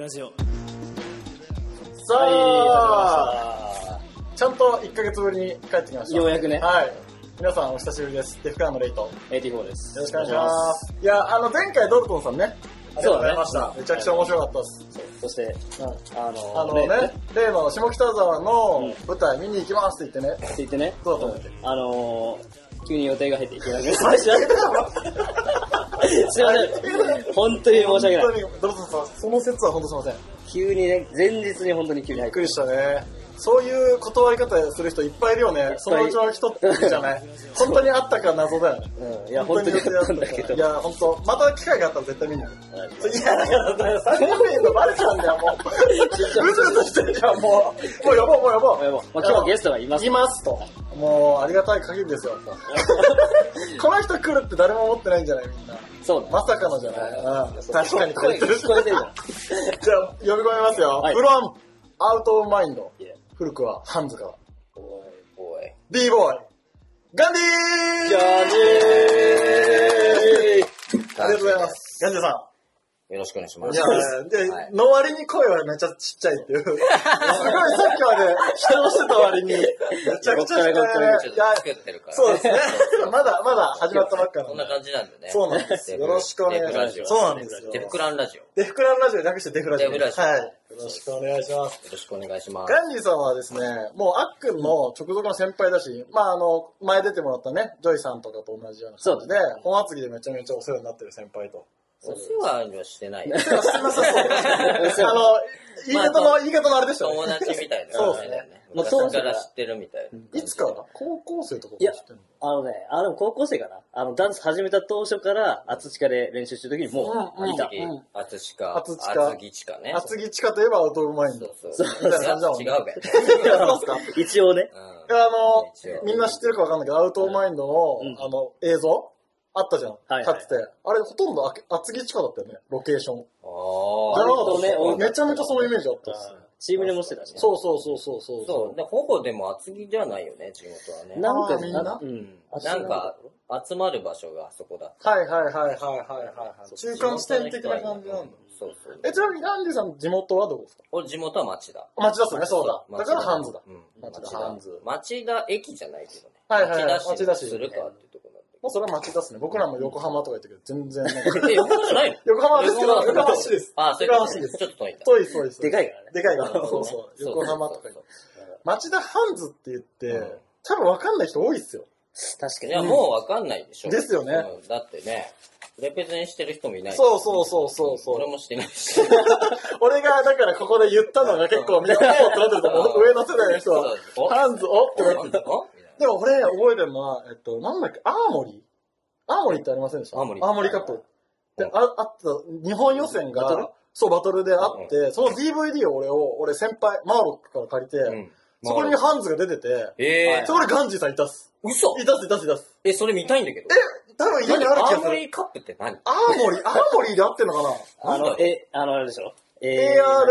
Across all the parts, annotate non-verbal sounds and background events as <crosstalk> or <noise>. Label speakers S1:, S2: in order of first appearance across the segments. S1: ますよ。
S2: さあ、
S3: は
S2: ちゃんと1ヶ月ぶりに帰ってきました。
S3: ようやくね
S2: はい。皆さんお久しぶりです。デフカーのレイト。よ
S3: い、始まりました。84です。
S2: ろしくお願いします。いや、あの、前回ドルトンさんね、ありがとうございまし
S3: そう
S2: た
S3: だ。ね
S2: めちゃくちゃ面白かったです。
S3: そうそして、あの、
S2: あのね、例の下北沢の舞台見に行きますって言ってね、
S3: って言ってね、
S2: どうだと思って。
S3: あのー、急に予定が入っていけなくなりました。すいません。本当に申し訳ない。
S2: い。本当に、ドルトンさん、その説は本当すいません。
S3: 急にね、前日に本当に急に
S2: び
S3: 入
S2: っ
S3: っ
S2: く
S3: て。
S2: りしたね。そういう断り方する人いっぱいいるよね。そのうちの人ってじゃ <laughs> ない。本当にあったか謎だよね。
S3: うん、いや、本当にやったんだけど。
S2: いや、本当また機会があったら絶対見に行く。
S3: はい
S2: いや、だからね、最後に言うのバレちゃうんだよ、もう。うずうずしてるじゃん、もう。もう呼ぼう、もう呼ぼう。
S3: まあ今日はゲストがいます。
S2: いますと。もう、ありがたい限りですよ。 <laughs> この人来るって誰も思ってないんじゃないみんな。
S3: そうだ。
S2: まさかのじゃないうん。確かに
S3: 声聞こえてるじゃん。
S2: <laughs> じゃあ、呼び込みますよ。
S3: はい
S2: フロン、アウトオブマインド。
S3: いや
S2: 古くは、ハンズから。
S3: おい、おい。
S2: b ボーイ、ガンディー
S3: ジャージー
S2: ありがとうございます。ガンディさん。
S4: よろしくお願いします。
S2: いや、
S4: <laughs>
S2: で、
S4: はい
S2: の割に声はめっちゃちっちゃいって
S4: <laughs>
S2: いう。すごいさっきまで人をしてた割に、めちゃくちゃちっちゃい。
S4: ちょっ
S2: いや
S4: と作ってるから。
S2: そうですね。まだまだ始まったばっかな
S4: こ
S2: んの
S4: な。感じなんでね。
S2: そうなんです
S4: デフ
S2: よろしくお願いします
S4: デフラジオ
S2: そうなんですよ
S4: デフクランラジオ。よ
S2: デフクランラジオ略してデフラジオ。
S4: デフラジオ
S2: はい。よろしくお願いします。
S4: ろしくお願いします。
S2: ガンディさんはですね、もうあっくんの直属の先輩だし、まああの、前出てもらったね、ジョイさんとかと同じような感じで、本厚木でめちゃめちゃお世話になってる先輩と。
S4: お世話にはして
S2: <laughs>
S4: ない。
S2: すいません、そう。あの、言い方の、言い方のあれでしょ。
S4: 友達みたいな
S2: そうですね
S4: 感じだよね。
S3: もう
S4: 昔
S3: 当時
S4: か
S3: から
S4: ら知ってるみたいな。
S2: いつから高校生とか
S3: いや
S2: 知ってんの
S3: あのね、あの、高校生かな。あの、ダンス始めた当初から、厚地下で練習してる時にも
S2: うんう
S3: う、
S2: ん
S3: いた。
S2: うん
S4: あつしか、
S2: あ
S4: あ
S2: つしか
S4: つぎちかね。
S2: 厚木地下といえばアウトオブマインド
S4: そう。そう。そう違うべ。
S2: そうですか
S3: <laughs> 一応ね。
S4: うん
S2: いやあの
S4: 一応
S2: みんな知ってるかわかんないけど、アウトオブマインドの、
S3: うん
S2: あの、映像あったじゃん。
S3: はいはい
S2: かつて。あれ、ほとんどあけ厚木地下だったよね、ロケーション。
S4: あ
S2: じゃ
S4: あ
S2: な。かった
S3: ね多かった
S2: めちゃめちゃそのイメージあったっすね。
S3: チームでもしてたしね。
S2: そうそうそうそうそう。
S4: そう。で、ほぼでも厚木じゃないよね、地元はね。
S3: なん
S2: あ
S3: か、
S2: ーみんな
S3: なう。
S4: うんんなんか、集まる場所があそこだ。
S2: はいはいはいはいはいはい。中間地点的な感じなんだ。
S4: そうそう。
S2: え、ちなみにランディさん地元はどこですか
S4: 俺、地元は町田。
S2: 町田っすね、そうだ。だ
S4: 町
S2: か
S4: 田
S2: らハンズだ。。
S4: うん
S2: 町
S4: 町
S2: 田
S4: 田
S2: ハンズ
S4: 町田駅じゃないけどね。
S2: はいはいはい
S4: 町
S2: 町田
S4: 田
S2: 市
S4: 市するかっていうとこなん
S2: もうそれは町田っすね。僕らも横浜とか言ったけど、全然なんか。
S4: だけど。え、横浜じゃないの
S2: <laughs> 横浜ですけど、横
S4: 横
S2: 浜
S4: 浜
S2: 市です。
S4: あ、そういう
S2: 横
S4: こ
S2: 浜市
S4: と
S2: です
S4: ね。ちょっと遠いんだ。
S2: 遠い遠い遠い。
S3: でかいからね。
S2: でかいから。そう
S4: そう
S2: そ
S4: そう
S2: う。
S4: そう
S2: 横浜とか言って
S4: そう。
S2: 町田ハンズって言って、
S4: うん
S2: 多分わかんない人多いっすよ。
S3: 確か
S4: い
S3: に。
S4: や、もうわかんないでしょ。
S2: ですよね
S4: うん。だってね、レペゼンしてる人もいない。
S2: そうそうそうそうそう
S4: 俺もしてないし。
S2: 俺がだからここで言ったのが結構みんな、おーってなってると思う。上の世代の人は。
S4: お
S2: ハンズ、おってなってる。
S4: お
S2: でも俺覚えてるのは、えっと、なんだっけ、アーモリーアーモリーってありませんでした
S4: 青森
S2: カップ。
S4: う
S2: で、あ
S4: ん、
S2: あった、日本予選
S3: バトル
S2: が、そう、バトルであって、その DVD を俺を、俺先輩、マーロックから借り
S4: う
S2: て、
S4: ん
S2: そこにハンズが出てて、
S4: え
S2: そこでガンジーさんいたっす。
S4: ー、嘘
S2: いたっす、いたっす、いたっす。
S4: え、それ見たいんだけど。
S2: 多分家にある
S4: 何
S2: 気
S4: アー
S2: がす
S4: モ
S2: る。
S4: リーカップって何
S2: アーモリー、アーモリーで合ってんのかな
S3: あの、え、あの、あれでしょ。え
S2: AR、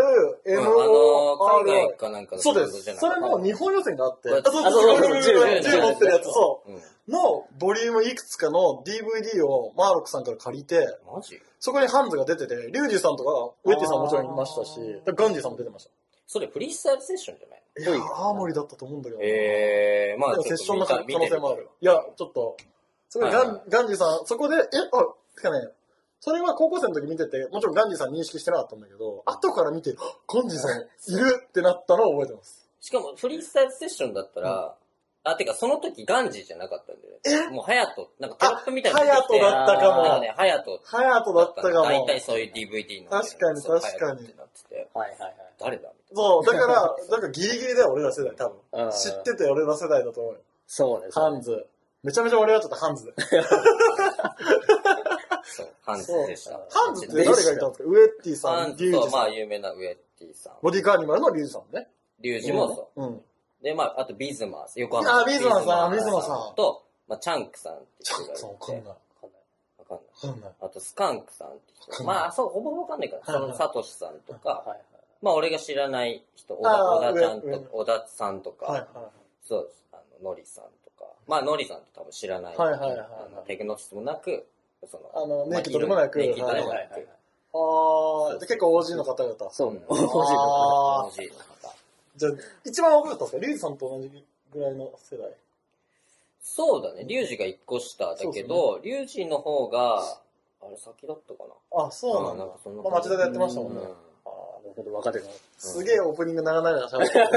S4: うんあ
S2: MO、
S4: の、海外かなんかの
S2: そうで
S4: ブランドじゃ
S2: す。
S4: な
S2: そ
S4: い
S2: れも日本予選があって、
S4: あそう
S3: そうそう
S2: <laughs> 銃
S3: 銃
S2: 持って
S3: 銃持って
S2: る
S3: る
S2: や
S3: や
S2: つ、
S3: つ
S2: そ
S4: うん
S2: う。の、ボリュームいくつかの DVD をマーロックさんから借りて、
S4: マジ
S2: そこにハンズが出てて、リュウジさんとか、ウェティさんもちろんいましたし、ガンジーさんも出てまし
S4: それフリースタイルセッションじゃない
S2: た。いや、アーモリーだったと思うんだけどな。
S4: ええー、まあ
S2: でも
S4: ち
S2: セッ
S4: ょっ
S2: ショ
S4: と
S2: ン
S4: 見
S2: の
S4: た、
S2: 可能性もある。いや、ちょっと、それガ
S4: はいは
S2: ンガンジーさん、そこで、え、あ、てかね、それは高校生の時見てて、もちろんガンジーさん認識してなかったんだけど、後から見て、ガンジーさんいるってなったのを覚えてます。
S4: しかもフリースタイルセッションだったら、あ、てかその時ガンジーじゃなかったんだよね。もうハヤト、なんかトラップみたいなの出てきて。
S2: あハヤトだったかも
S4: なんかね、ハヤト
S2: ハヤトだったか
S4: 大
S2: も。
S4: 体そういう DVD の。
S2: 確かに
S4: そう
S2: 確かに
S4: ハヤトってなってて
S3: はいはい
S4: 誰だみ
S2: そう、だから、だからギリギリだよ、俺ら世代、多分。
S3: はいうん。
S2: 知ってて俺ら世代だと思うよ。
S3: そうですね。
S2: ハンズ。めちゃめちゃ俺はちょっとハン <laughs> ズで。
S4: たいな。そう、ハンズでした。
S2: ハンズって誰
S3: ど
S2: が
S3: う
S2: い
S3: でした
S2: んですかウエッティ
S4: ハ
S2: さん、リ
S4: ンズ
S2: ュウ
S4: と、
S2: ジさ
S4: まあ
S2: ん。
S4: 有名なウエッティさん。
S2: ボディカーニバルのリュウジさんね。
S4: リュウジもそう。
S2: うん。
S4: で、まあ、あとビズマーズ、横
S2: あ
S4: 浜。
S2: ビズマーさん
S4: ビ
S2: ビ
S4: ズマ
S2: ズマーさん
S4: と、まあ、チャンクさんって
S2: ちょ
S4: 人がい
S2: っとわかんない。
S4: て。
S2: わ
S4: わかんない。
S2: かんない。
S4: あと、スカンクさんって
S2: か
S4: 人。
S2: んない
S4: まあ、そう、ほぼほぼわかんないから。そ
S2: はいは
S4: の、
S2: い
S4: サトシさんとか、
S3: はいはい。
S4: まあ、俺が知らない人、小
S2: あー
S4: 田小田ちゃん
S2: 上上
S4: と、小田さんとか、
S2: はいはい。
S4: そうです。あの、ノリさんとか。まあ、ノリさんって多分知らない。
S2: はいはいはいはい
S4: あのテクノシスもなく、その、
S2: あのネイキッドでもなく
S4: ネイキッドでも
S3: は
S4: ない
S3: はい
S4: く。
S2: あー、で結構 OG の方々。
S3: そう。
S4: うん
S2: あー
S4: 文字の方。
S2: じゃあ、一番若かったですかリュウジさんと同じぐらいの世代。
S4: そうだね、リュウジが一個下だけど、リュウジの方が、あれ先だったかな。
S2: あ、そうなんだ。
S4: んかそんな
S2: まあ、町田でやってましたもんね。
S4: うん
S3: な
S2: あー
S3: るほど、若手が。
S2: すげえオープニング長々喋ってる。
S3: 盛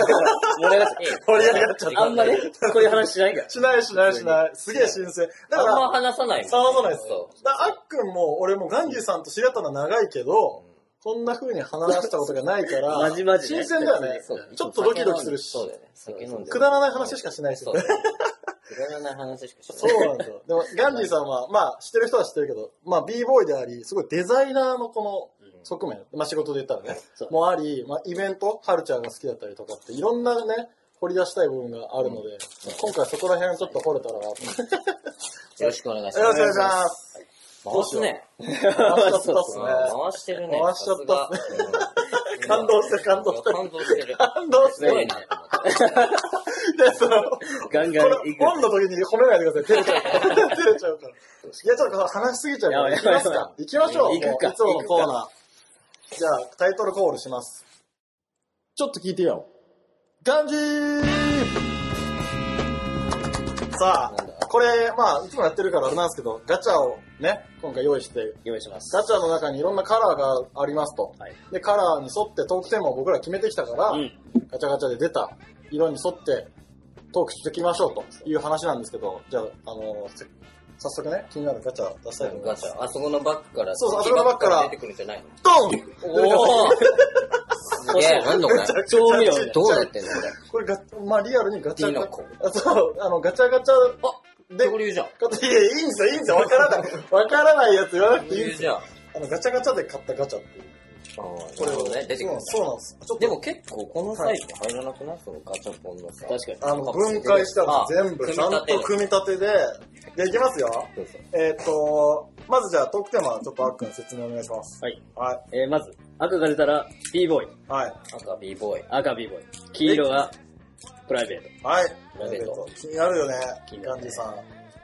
S3: り上がっ
S4: ええ
S3: 盛り上がっちゃった。あんまね、こういう話しないから。
S2: しないしないしない。すげえ新鮮。だ
S4: あ
S2: か
S4: んま
S2: ら、
S4: 話さないもん。
S2: 騒がないです
S4: そ
S2: よ。だからあっくんも、俺もガンジーさんと知り合ったのは長いけど、
S4: う。
S2: こんな風に話したことがないから、
S3: まじまじね
S2: 新鮮だよね
S4: そうだね。
S2: ちょっとドキドキするし。
S4: そうだよね。酒飲んで。
S2: くだらない話しかしないし
S4: そ
S2: ね
S4: う。くだらない話しかし
S2: そ
S4: ない。
S2: うなんですよ。でも、ガンディさんは、まあ、知ってる人は知ってるけど、まあ、b ボーイであり、すごいデザイナーのこの
S4: うん
S2: 側面、まあ、仕事で言ったらね
S3: そう、
S2: もあり、まあ、イベント、カルチャーが好きだったりとかって、いろんなね、掘り出したい部分があるので、今回そこら辺ちょっと掘れたらなと。よ
S4: よろしくお願いし
S2: ろ
S4: ま
S2: しくお
S4: す。
S2: 願いします。
S4: 回すね。
S2: 回しちゃったっす
S4: うん
S2: ね。
S4: 回してるね。
S2: 回しちゃった
S4: さすがうん
S2: 感動して、感動して。
S4: 感動してる。
S2: 感動し
S4: すご
S2: て
S4: い。な。
S2: で、その、
S3: ガンガン
S2: これ、
S3: 行く。
S2: オンの時に褒めないでください。照れちゃうから。照れちゃうから。いや、ちょっと話しすぎちゃうか
S3: や
S2: ら。
S3: ばい
S2: 行きます
S3: や
S2: か。行きましょう。
S3: 行くか
S2: もういつものコーナー。じゃあ、タイトルコールします。ちょっと聞いてよ。ガンジーさ
S4: なん
S2: あ、これ、まあ、いつもやってるからあれなんですけど、ガチャをね、今回用意して、
S3: 用意します。
S2: ガチャの中にいろんなカラーがありますと。
S3: はい。
S2: で、カラーに沿ってトークテーマを僕ら決めてきたから、
S3: うん。
S2: ガチャガチャで出た色に沿ってトークしていきましょうという話なんですけど、じゃあ、あの、せ早速ね、気になるガチャ出したいと思いま
S4: ガ
S2: す。
S4: チャ。あそこのバッグから。
S2: そうそうあそこのバッグから
S4: 出てくるんじゃないの
S2: ドン
S4: おーすげえ、なんだこ
S2: <laughs>
S4: れ。
S3: 調味料ね
S4: どうやってんのこれ。
S2: これガ、まあリアルにガチャガ
S4: ピノ
S2: チャ。あそう、あの、ガチャガチャで、
S4: 恐竜じゃん。
S2: ガチャいや、いいんですよ、いいんですよ、わからない。わからないやつ言わなくて
S4: 恐
S2: いいんで
S4: 竜
S2: す
S4: じゃ
S2: よ。
S4: ん。あ
S2: あの、ガチャガチャで買ったガチャっていう。
S4: ーなるほどね、出てくるんだ
S2: そうそうなんです。ちょっ
S4: でも結構このサイズ入らなくないそのガチャポンのさ。
S3: 確かに。
S2: と、あの、分解したら
S4: あ
S2: 全部、ちゃんと組み立てで、じゃあいきますよ。
S4: そうそう
S2: えっと、まずじゃあトークテーマ、ちょっとあっくん説明お願いします。
S3: はい。
S2: はい。
S3: えー、まず、赤が出たら、b ボーイ。
S2: はい。
S4: 赤 b ボーイ。
S3: 赤 b ボーイ。黄色が、プライベー
S2: はい。
S4: ラベット
S2: 気になるよね。
S3: 気にな
S2: ガン
S3: る
S2: ジ
S3: ね
S2: ーさ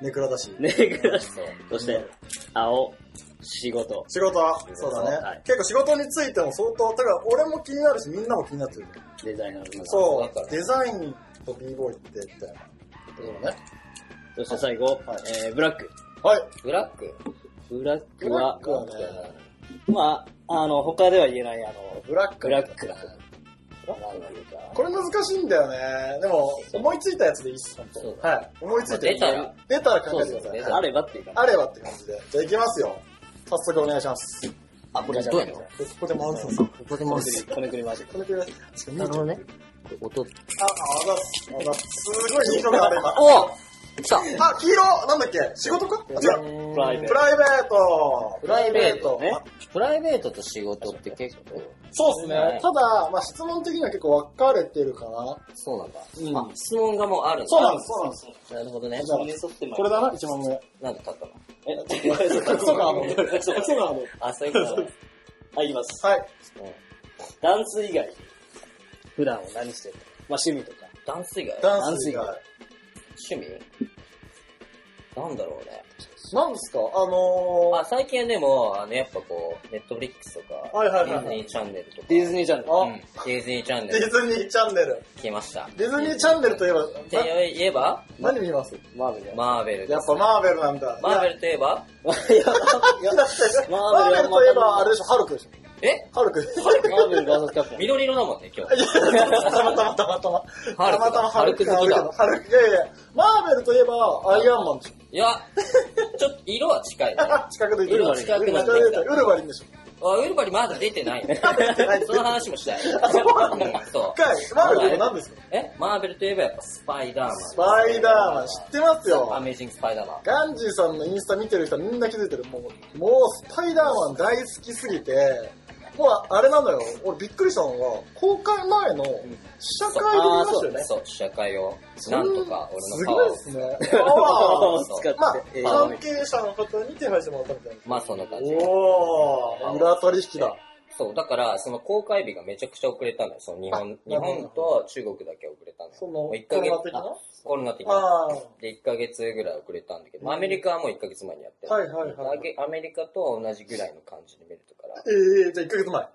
S2: ん。ネクラだし。
S3: ト。ネグラス。
S4: そう。
S3: そして、青、仕事。
S2: 仕事は、そうだね、
S3: はい
S2: 結構仕事についても相当、だから俺も気になるし、みんなも気になってる。
S3: デザイナーの。
S2: そ
S4: だから
S2: う。デザインと b ボーイって、みたいな。
S3: そして最後、
S2: はい
S3: えー、ブラック。
S2: はい。
S4: ブラック
S3: ブラック
S2: ブラ
S3: は
S2: ッ、クはね、
S3: まあ、あの、他では言えない、あの、
S2: ブラック
S3: ブ。ラックだと。
S2: ブラ
S3: なんだろうか
S2: これ難しいんだよね。でも、思いついたやつでいいっす、ほんと
S4: そう。だ
S2: はい。思いついたやつ
S4: まあ出たら。
S2: 出たら考えてくだ
S4: そう
S2: さ
S4: そう
S2: い。は
S4: 出
S2: い
S4: たら
S3: あればっていうか、
S2: あればって感じで。じゃあ行きますよ。早速お願いします。
S3: あ、
S4: これどうやんの
S2: でここで回すんですよ。ここで
S3: こ
S2: 回
S3: ねくり、こねくり回して。
S2: このくらい。な
S4: なるほどね。これ音。
S2: あ、あざっす。あざっす。すごいいいのがあれば。
S4: お来た
S2: あ、黄色なんだっけ仕事かあ、違う。
S3: プライベー
S2: プ
S3: ト。
S2: ライベート
S4: プライベート
S3: ね
S2: あ
S4: プライベートと仕事って結構、
S2: そうです
S4: ね
S2: ね。ただ、まあ質問的には結構分かれてるかな。
S4: そうなんだ。
S2: うん
S4: あ、質問がもうあるんだ
S2: そうなんです、そうなんです。
S4: なるほどね。
S2: そうなんでこれだな、一問目。
S4: なんで立ったの
S3: え、そうか、
S2: そうか、あの、
S3: は
S2: そうか、あの。
S4: あ、そういうこと <laughs> ね
S3: い、いきます。
S2: はい。
S4: うん
S3: ダンス以外、普段は何してるのまあ、趣味とか。
S4: ダンス以外
S2: ダンス以外。
S4: 趣味なんだろうね。
S2: なんですかあの
S4: あ、最近はでも、あの、やっぱこう、ネットフリックスとか、
S2: はいはいはいはい
S4: ディズニーチャンネルとか、
S3: ディズニーチャンネル。
S2: あ
S4: うんディズニーチャン
S2: ー、
S4: ネル
S2: ディズニーチャンネル。
S4: 来ました。
S2: ディズニーチャンネルといえば、
S4: って言えば、
S2: な何見ます
S3: マーベルや。
S4: マーベルで
S2: やっ
S4: す
S2: ぱマーベルなんだ。
S4: マーベ
S2: ル。
S4: ルといえば、
S3: マーベルは
S2: いやだってマーベルといえば、あれでしょ、ハルクでしょ。
S4: え
S2: ハルク。
S3: マーベル VS キャプテン。
S4: 緑色だもんね、今日。
S2: たまたまたまたま。た
S4: ハルクだ
S2: またまハルク
S4: ハルク好きだ
S2: ハルク、いやいや、マーベルといえば、アイアンマンでし
S4: いや、ちょっと色は近いね。あ、
S2: ょ。近くで
S3: ウルヴァリン
S2: 近くで言ってたウルヴァリンでしょ。
S4: ウルバリンまだ出てな
S2: <laughs>
S4: いね。その話もしたい。うんそう
S2: 深い。マーベルって何ですか
S4: え、マーベルといえばやっぱスパイダーマン。
S2: スパイダーマン、知ってます
S4: ア
S2: よ。
S4: メージングスパイダーマン。
S2: ガンジーさんのインスタ見てる人はみんな気づいてる。もう、もうスパイダーマン大好きすぎて、もうあれなのよ。俺びっくりしたのが、公開前の試写会で見ましたよね。
S4: そう、試写会を、なんとか俺
S2: す
S4: のパワ
S2: ご
S4: ー
S2: い
S4: を
S2: で。すね。
S3: を <laughs> 使って
S2: <laughs> まあ、
S3: えー
S2: 関係者の方に手配してもらったみたいな。
S4: まあそんな感じ。
S2: おー、裏取引だ。
S4: そう、だから、その公開日がめちゃくちゃ遅れたのよ。その日本、
S2: あ
S4: 日本と中国だけ遅れたのよ。
S2: その、
S4: も
S2: コ
S4: う一ヶ月
S2: ロナ的な
S4: コロナ的な。
S2: ああ、
S4: で、1ヶ月ぐらい遅れたんだけ
S2: うん
S4: ど、アメリカはもう1ヶ月前にやってる
S2: はいはいはい
S4: でアメリカと同じぐらいの感じで見れたから、
S2: ええじゃあ1ヶ月前。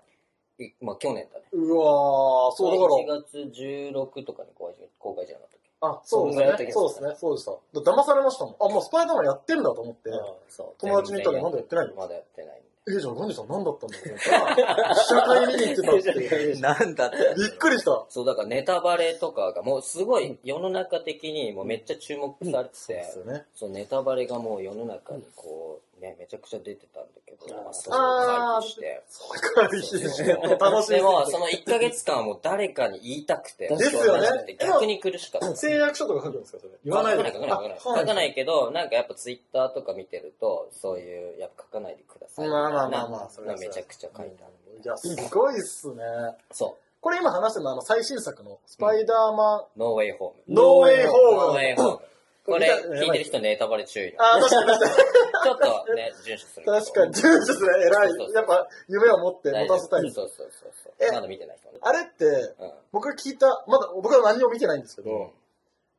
S4: いまあ去年だね。
S2: うわー、そうだから。
S4: 1月16とかに公開公開じゃなかったっけ
S2: あ、そうです
S4: そんぐらいやった
S2: ね
S4: け。ど
S2: そうですね。そうでした。だ騙されましたもん。あ、もうスパイダーマンやってんだと思って。
S4: そう
S2: 友達に言ったらなんでやってないの
S4: まだやってないん
S2: え、じゃあ何さん何だったんだろうと思ったら試写会見に行ってた
S4: <laughs>
S2: っていう。 <laughs>
S4: で。なんだって。
S2: びっくりした。
S4: そう、だからネタバレとかがもうすごい世の中的にもうめっちゃ注目されてて、
S2: ですよね。
S4: そう、ネタバレがもう世の中にこう、ね、めちゃくちゃ出てたんだけど、
S3: あー
S4: まあそれを回避して。
S2: そうか、びっ
S4: <laughs>
S2: くりした。楽しみ
S4: でも、
S2: す
S4: そ
S2: ぎ
S4: の1ヶ月間はもう誰かに言いたくて。
S2: ですよね
S4: 逆に苦しかった
S2: て。。誓約書とか書くんですか、それ。言わないで
S4: 書かない、書かない。書かないけど、なんかやっぱツイッターとか見てると、そういう、やっぱ書かないでくださいみたいな。
S2: まあまあまあまあそれは
S4: めちゃくちゃ書いてある。
S2: いや、すごいっすね。
S4: そ
S2: これ今話してるのは、あの、最新作の、スパイダーマン、
S4: う。ノーウェイホーム。
S2: ノーウェイ
S4: ノ
S2: ホ
S4: ーウ
S2: ーム。
S4: ェイホーム。これ、聞いてる人ネタバレ注意な。
S2: あー、確かに確か
S4: ちょっとね、遵守するけ
S2: <laughs>
S4: ど。
S2: に。確かに、純術ね、偉
S4: <laughs> そうそうそ
S2: い。
S4: う
S2: やっぱ、夢を持って持
S4: 大丈夫。
S2: たせたいです。
S4: そうそうそうそう。
S2: え
S4: まだ見てない人ね。
S2: あれって、
S4: うん。
S2: 僕が聞いた、まだ僕は何も見てないんですけど、
S4: うん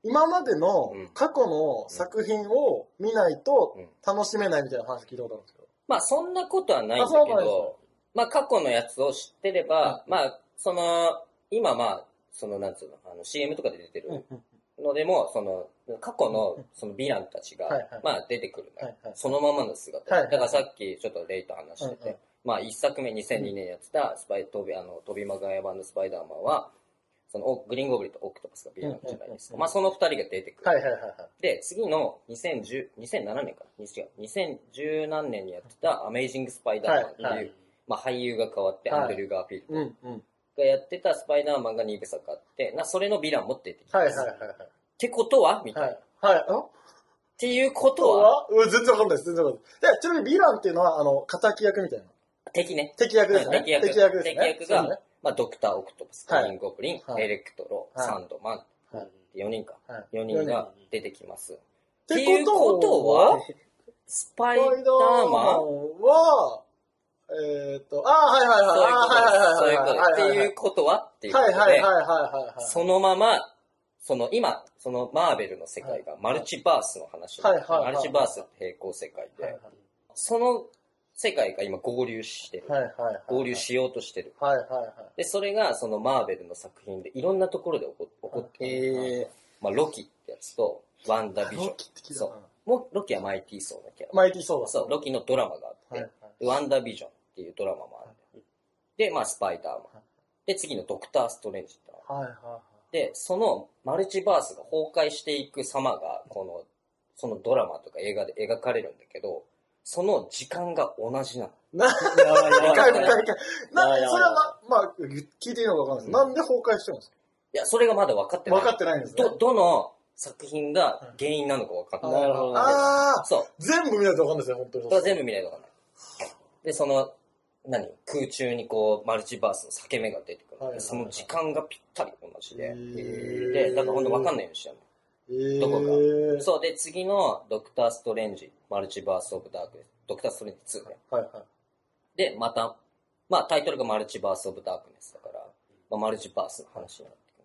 S2: 今までの
S4: うん
S2: 過去の作品を見ないと
S4: うん
S2: 楽しめないみたいな話聞いたことあるんですけど。
S4: まあそんなことはないんだけ
S2: あそうなんですね
S4: ど、まあ過去のやつを知ってれば、まあその、今まあ、そのなんつうの、あの CM とかで出てるのでも、その過去のそのヴィランたちが
S2: はいはい、
S4: まあ出てくるのよ
S2: はいはい
S4: そのままの姿。
S2: はい
S4: だ
S2: はい
S4: からさっきちょっとレイと話して
S2: うんうん
S4: て、まあ一作目2002年やってた、スパイ、飛び、あの、飛びまがや版のスパイダーマンは、そのおグリーンゴブリンとオクトパスがヴィランじゃな
S2: うん
S4: いです
S2: うんうんう
S4: か。
S2: ん
S4: まあその二人が出てくる
S2: はい。はいはいはい。
S4: で、次の2010 2007年かな違う。2010何年にやってたアメイジング・スパイダーマンっていう、
S2: はいはい
S4: まあ俳優が変わって
S2: はい
S4: アンドリュー・ガーフィール
S2: うんうん。
S4: ドがやってたスパイダーマンが2部作あって、な、それのヴィラン持ってってきた
S2: は
S4: ん
S2: い
S4: で
S2: はい
S4: す
S2: はい
S4: ってことはみたい
S2: は
S4: な。
S2: い。
S4: っ
S2: はい。はい。ん
S4: ていうこと
S2: と
S4: は
S2: はうん全然わかんないです。全然わかんない。で、ちなみにヴィランっていうのは、あの、敵役みたいな。
S4: 敵ね。
S2: 敵役ですね。
S4: 敵役
S2: 敵役ですね。
S4: 敵役が
S2: そうね
S4: まあドクター・オクトパス、
S2: はい
S4: グリーン・ゴブリン、
S2: はい
S4: エレクトロ、
S2: はい
S4: サンドマン、
S2: はい
S4: 4人か。
S2: はい
S4: 4人が出てきます。
S2: っ
S4: ってて
S2: い
S4: いうう
S2: こ
S4: ことと
S2: は
S4: は、スパ
S2: ス
S4: イダ
S2: パイダー
S4: ー
S2: マ
S4: マ
S2: ン
S4: ン
S2: は、えーっと、ああ、はいはいはい。あ
S4: そう
S2: ー
S4: いう
S2: は
S4: こ
S2: い
S4: とです。そう
S2: はいはいはいはい。
S4: いうことはっていうこ
S2: は
S4: と
S2: い
S4: で、
S2: はいはいはいはい。
S4: そのまま、その今、そのマーベルの世界がマルチバースの話なんです
S2: はいはいは
S4: マ
S2: い
S4: ルチバースって平行世界
S2: はい
S4: で、その世界が今合流してる。
S2: はいはい。
S4: 合流。しようとしてる。
S2: はいはいはい。
S4: で、それがそのマーベルの作品でいろんなところで起こ起こってる
S2: はいへー
S4: まあ、ロキってやつと、ワンダービジョン
S2: ロキって聞い。たな
S4: そう。もうロキはマイティーソーのキャラ。
S2: マイティーソーダ。
S4: そう、ロキのドラマがあ
S2: は
S4: っ
S2: い
S4: て
S2: は、
S4: でワンダービジョンっていうドラマもある。で、まあ、スパイダーマン
S2: い。
S4: で、次のドクター・ストレンジってのがある
S2: い。はいは
S4: で、そのマルチバースが崩壊していく様が、この、そのドラマとか映画で描かれるんだけど、その時間が同じなの。
S2: い。な、
S3: やばいやば
S2: 一回も
S3: い
S2: 一回も一回も。
S3: いやい
S2: な、
S3: や
S2: それはな、まあ、聞いていいのかわかんないです。なんで崩壊してるんです
S4: いや、それがまだ分かって
S2: か
S4: ない。
S2: 分かってないんですね
S4: ど、どの作品が原因なのか分かってない。
S3: なるほど
S2: ああ、
S4: そう。
S2: 全部見ないとわかんないですよ、本当に。
S4: それは全部見ないと分かんない。で、その、何空中にこう、マルチバースの裂け目が出てくる。
S2: はいはいはい
S4: その時間がぴったり同じ
S2: へ
S4: で。
S2: ー
S4: で、だから本当分かんないようにしてる
S2: 部
S4: の。どこか
S2: え
S4: そうで、次のドクター・ストレンジ、マルチバース・オブ・ダーク、ドクター・ストレンジ2ね。
S2: はいは
S4: で、また、まあタイトルがマルチバース・オブ・ダークネスだから、まあ、マルチバースの話になってくる。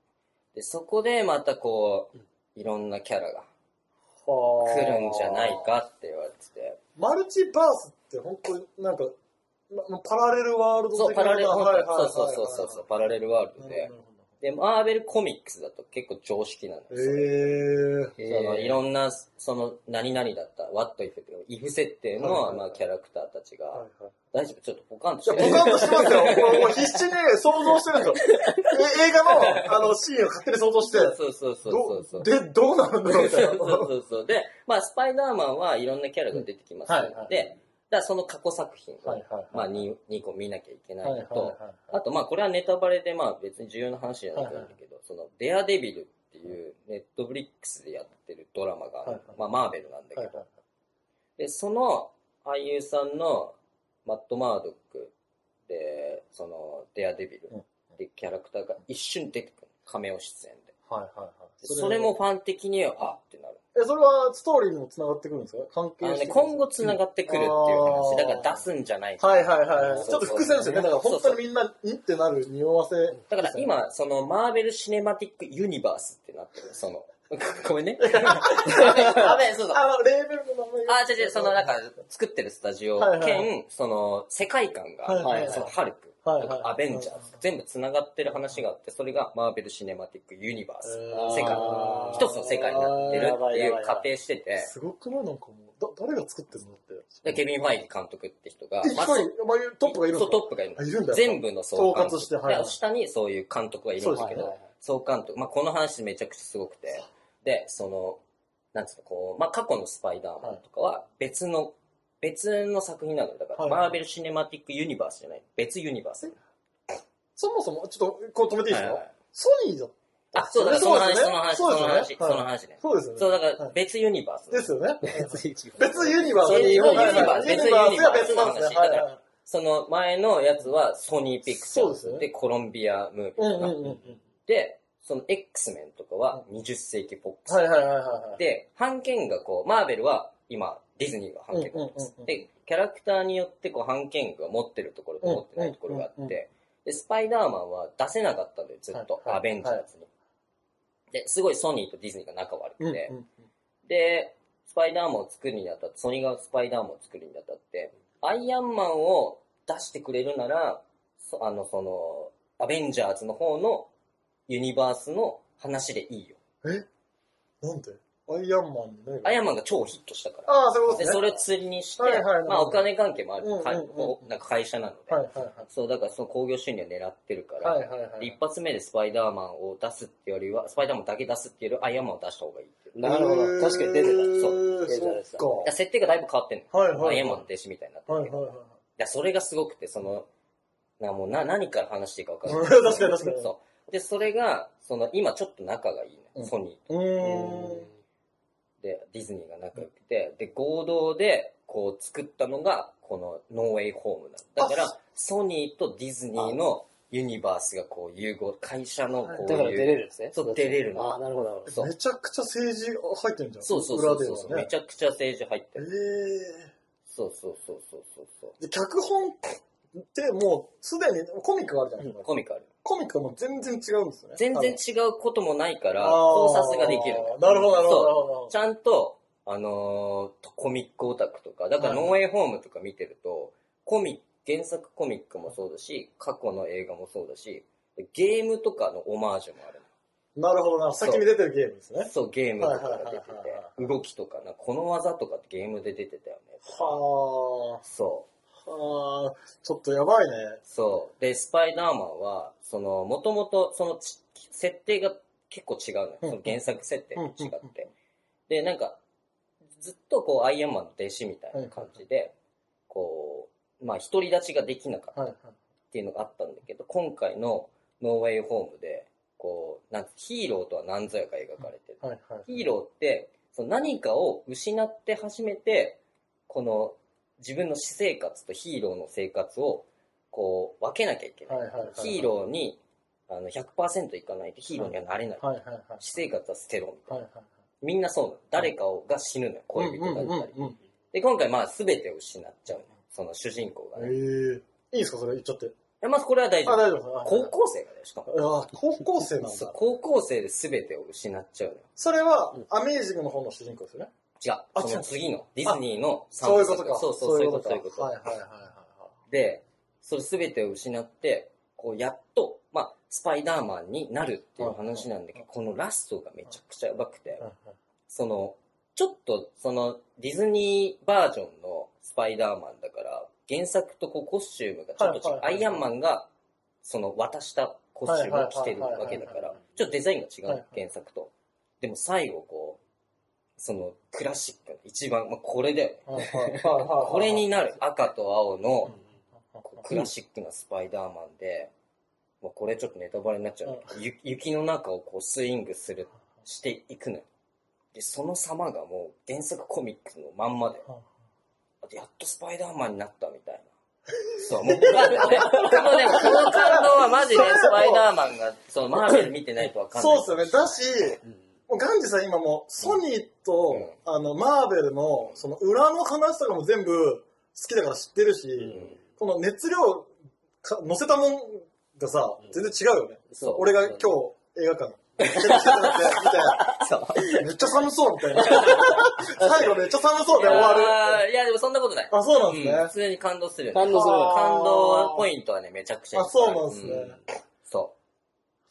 S4: で、そこでまたこう、いろんなキャラ
S2: い。
S4: が
S2: は
S4: 来
S2: ー
S4: るんじゃない。かって言われてて、
S2: マルチバースって本当になんか、まパラレルワールド
S4: そう、
S2: 的な
S4: パラレル、
S2: はい
S4: 本
S2: はい
S4: 当
S2: は
S4: に
S2: いはい
S4: そうそうそうそう、パラレルワールド
S2: なるほ。
S4: で
S2: どなるほ
S4: で、マーベルコミックスだと結構常識なんで
S2: ど
S4: すよ。
S2: へえ。
S4: そのいろんな、その、何々だった、what if っていう、if 設定
S2: はいはいは
S4: の、
S2: い
S4: まあ、キャラクターたち
S2: は
S4: が、
S2: いはい
S4: 大丈夫ちょっとポカンとし
S2: いや、
S4: てる
S2: ポカンとしてますよ。もうもう必死に想像してるんですよ。え映画の、あの、シーンを勝手に想像して、
S4: そうそうそうそうそ
S2: ど、
S4: う。
S2: で、どうなるんだろうみたいな。
S4: そうそうそう。で、まあ、スパイダーマンはいろんなキャラが出てきます、
S2: うんはいはい
S4: で、だからその過去作品を、
S2: はいはいはい
S4: まあ2、2個見なきゃいけない
S2: はい
S4: の
S2: はい
S4: と、
S2: はい
S4: あと、まあ、これはネタバレで、まあ、別に重要な話じゃないんだけど、その、デアデビルっていう、ネットフリックスでやってるドラマが、
S2: はいはい
S4: まあ、マーベルなんだけど、
S2: はいはい
S4: で、その俳優さんのマット・マードックで、その、デアデビルっていうキャラクターが一瞬出てくる。仮面を出演で。
S2: はいはいはい。
S4: それもファン的には、あってなる。
S2: ええ、それはストーリーにも繋がってくるんですか関
S4: あ
S2: 係
S4: の
S2: して
S4: ね、
S2: くる
S4: 今後繋がってくるっていう話。
S2: あー
S4: だから出すんじゃない。
S2: はいはいはいはい。ち
S4: そ
S2: ょっと
S4: うそう
S2: 伏線ですよね。だから本
S4: そ
S2: 当
S4: うそう
S2: にみんな、にってなる匂わせ。
S4: だから今、その、マーベル・シネマティック・ユニバースってなってる。その、 <laughs> ごめ
S2: <laughs>
S4: んね。あ、べ、そうそう。
S2: あの、レーベルの名前が
S4: あ、違う違う、その、なんか、作ってるスタジオ
S2: はいはい
S4: 兼、その、世界観が、
S2: はいはい
S3: はい
S4: その、ハルク、
S2: はいはい
S4: アベンジャーズ、全部繋がってる話があって、それがマーベル・シネマティック・ユニバース、
S2: えー
S4: 世界、一つの世界になってるっていう仮定してて、
S2: すごくないなんかもう、だ誰が作ってるのって。
S4: でケビン・ファイギ監督って人が、
S2: 一
S4: まあ
S2: 個に、まあ、トップがいるんですか
S4: そう、トップがいる
S2: あいるんだ
S4: 全部の総監督
S2: 統括してはいはい
S4: で下にそういう監督がいるんですけど、
S2: そうですね
S4: 総監督、まあ、この話めちゃくちゃすごくて、で、その、なんつうの、こう、まあ、過去のスパイダーマンとかは別の、別の作品なのよだから、
S2: はい
S4: マーベル・シネマティック・ユニバースじゃない、別ユニバース。
S2: そもそも、ちょっと、こう止めていいですか、
S4: はいはい
S2: ソニーだ。
S4: あ、そうだ、そ
S2: そ
S4: の
S2: うで
S4: 話、
S2: す
S4: そ
S2: よ
S4: の
S2: ね
S4: 話、その話、そ
S2: そうですよねはいそう
S4: の話ね。
S2: ですよね。
S4: そう、だから
S2: はい
S4: 別ユニバース。
S2: ですよね。
S3: 別
S2: 別ユニバース。
S4: そうユニバース
S2: はいユニバースが別なんですね。
S4: ユニバース
S2: はいはいはい。
S4: その前のやつはソニー・ピクチャ
S2: そう
S4: ー
S2: ですよ
S4: ズ
S2: ね
S4: でコロンビアムー
S2: う
S4: ビー
S2: ん
S4: と
S2: う
S4: か、
S2: んうん。
S4: で、その X メンとかは20世紀ポップス
S2: はいはいはいはい。
S4: で、版権がこう、マーベルは今、ディズニーが版権を持って
S2: うんうんう
S4: ま
S2: んう
S4: す
S2: ん。
S4: で、キャラクターによってこう、版権が持ってるところと持ってないところが
S2: うん
S4: あ
S2: う
S4: っ
S2: んうん
S4: て、で、スパイダーマンは出せなかったんだよ、ずっと。
S2: はいはい
S4: アベンジャーズに。で、すごいソニーとディズニーが仲悪
S2: うんう
S4: く
S2: ん
S4: て
S2: う、ん
S4: で、スパイダーマンを作るにあたって、ソニーがスパイダーマンを作るにあたって、アイアンマンを出してくれるなら、そあの、その、アベンジャーズの方のユニバースの話でいいよ。
S2: なんでアイアンマンのね。
S4: アイアンマンが超ヒットしたから。
S2: ああ、そういうこと
S4: で、
S2: ですね。
S4: それを釣りにして、
S2: はいはい
S4: まあお金関係もある、
S2: うんうんうん
S4: かいこうなんか会社なので、
S2: はいはいはい。
S4: そう、だからその興行収入を狙ってるから、
S2: はいはいはい
S4: で一発目でスパイダーマンを出すってよりは、スパイダーマンだけ出すっていうよりは、アイアンマンを出した方がいいっていう。
S3: なるほど。確かに出てた。
S2: そ
S3: そう。出てた
S2: う
S3: 出てた。
S4: だから設定がだいぶ変わってんの。
S2: はいはいはい
S4: アイアンマンの弟子みたいになって
S2: か。
S4: る
S2: は
S4: け
S2: い
S4: ど、
S2: はい
S4: い
S2: はい。
S4: や、それがすごくて、その、なもうな何から話していいか分かんない。
S2: <laughs> 確かに確かに
S4: そう。で、それが、その、今ちょっと仲がいいね、
S2: うん
S4: ソニーと。
S2: うーん。
S4: で、ディズニーが仲良くて、で、合同で、こう作ったのが、このノーウェイホームなの。だから、ソニーとディズニーのユニバースがこう融合、会社のこう
S3: だから出
S4: いう。
S3: れるんですね。
S4: そう出れるの
S3: ああ、なるほど、なるほど。
S4: そう
S2: めちゃくちゃ政治入ってるじゃん。
S4: そうそうそう
S2: 裏では
S4: そう、め
S2: ね。
S4: ちゃくちゃ政治入って
S2: え
S4: る。
S2: え
S4: そうそうそうそうそうそ
S2: で、脚本ってもうすでにコミックがあるじゃないです
S4: う。
S2: か。
S4: コミカル。
S2: コミックはもう全然違うんですね。
S4: 全然違うこともないから、
S2: あー
S4: 考察ができるの。
S2: なるほど、なるほどな
S4: そ
S2: るほ
S4: う
S2: ど。
S4: ちゃんと、あのーコミックオタクとか、だから
S2: はい
S4: ノーウェイホームとか見てると、コミック、原作コミックもそうだし、過去の映画もそうだし、ゲームとかのオマージュもある。
S2: なるほどな。先に出てるゲームですね。
S4: そう、ゲームとかが出て
S2: はいはいはいは
S4: て、動きとかな、この技とかってゲームで出てたよね。
S2: は
S4: そ
S2: あ、はあ、ちょっとやばいね。
S4: う、そう。で、スパイダーマンは、その、もともと、そのち、設定が結構違うのよ。
S2: う
S4: そ
S2: ん
S4: の原作設定と違
S2: うん
S4: っ。て。で、なんか、ずっとこう、アイアンマンの弟子みたいな感じで、こう、まあ、独り立ちができなかったっ
S2: はいはい。
S4: ていうのがあったんだけど、今回のノーウェイホームで、こう、なんかヒーローとは何ぞやか描かれてる。
S2: はいはい。
S4: ヒーローって、その何かを失って初めて、この自分の私生活とヒーローの生活を、こう、分けなきゃいけない。
S2: はいはいはい
S4: ヒーローに、あの、100%いかないとヒーローにはなれない。
S2: はいはいはい。
S4: 私生活は捨てろみたい
S2: は
S4: な。
S2: いはいはい。
S4: みんなそうなの。誰かをが死ぬのよ。恋人だったり。
S2: うんうん
S4: で、今回まあ全てを失っちゃうのよその主人公が
S2: うん
S4: ね。
S2: う
S4: い
S2: ん。ええ。いいですかそれ言っちゃって。
S4: やまずこれは大
S2: あ、
S4: 丈夫。
S2: 大丈夫ですはい
S4: 高校生がね、しかも。
S2: あ高校生なん
S4: そう
S2: だ。
S4: 高校生で全てを失っちゃうのよ。
S2: それは、アメージングの方の主人公ですよね。
S4: 違
S2: あ
S4: う。そ
S2: 違う
S4: の次の、ディズニーの三
S2: そうい
S4: 部
S2: うこ
S4: 作
S2: とか。
S4: そうそう、そういうこと、そういうこと
S2: はい。はいはいはいは
S4: で、それ全てを失って、こう、やっと、まあ、スパイダーマンになるっていう話なんだけど、このラストがめちゃくちゃやばくて
S2: いはい、
S4: その、ちょっと、その、ディズニーバージョンのスパイダーマンだから、原作とこう、コスチュームがちょっと違
S2: は
S4: う。
S2: いはいはい
S4: アイアンマンが、その、渡したコスチュームを着てるわけだか
S2: はいはいはい
S4: ら
S2: はい、
S4: ちょっとデザインが違うの
S2: はいはい
S4: 原作と。でも最後、こう、その、クラシックの一番、まあ、これだよね。
S2: はいはいはいはいはい。
S4: これになる、赤と青の、こうクラ
S2: シ
S4: シックなスパイダーマンで、まあ、これちょっとネタバレになっちゃうんだけど、ゆ雪の中をこうスイングする、していくのよ。で、その様がもう原作コミックのまんまで、あやっとスパイダーマンになったみたいな。そう、もう僕はね、このね、この感動はマジでスパイダーマンが、そのマーベル見てないとわかんない。
S2: そうっすよね。だし、
S3: うん
S2: もうガンジさん今もうソニーと、
S4: うん
S2: あのマーベルのその裏の話とかも全部好きだから知ってるし、この熱量か乗せたもんがさ、全然違うよね。
S4: そう
S2: 俺が今日映画館見て
S4: <laughs> そう。
S2: めっちゃ寒そうみたい
S4: <laughs>
S2: な。最後めっちゃ寒そうで終わる。
S4: あーいや、でもそんなことない。
S2: あ、そうなんですね。
S4: うん普通に感動するよね。
S3: 感動する
S2: あー
S4: 感動ポイントはね、めちゃくちゃいっぱい
S2: あそうなんですね
S4: うんそ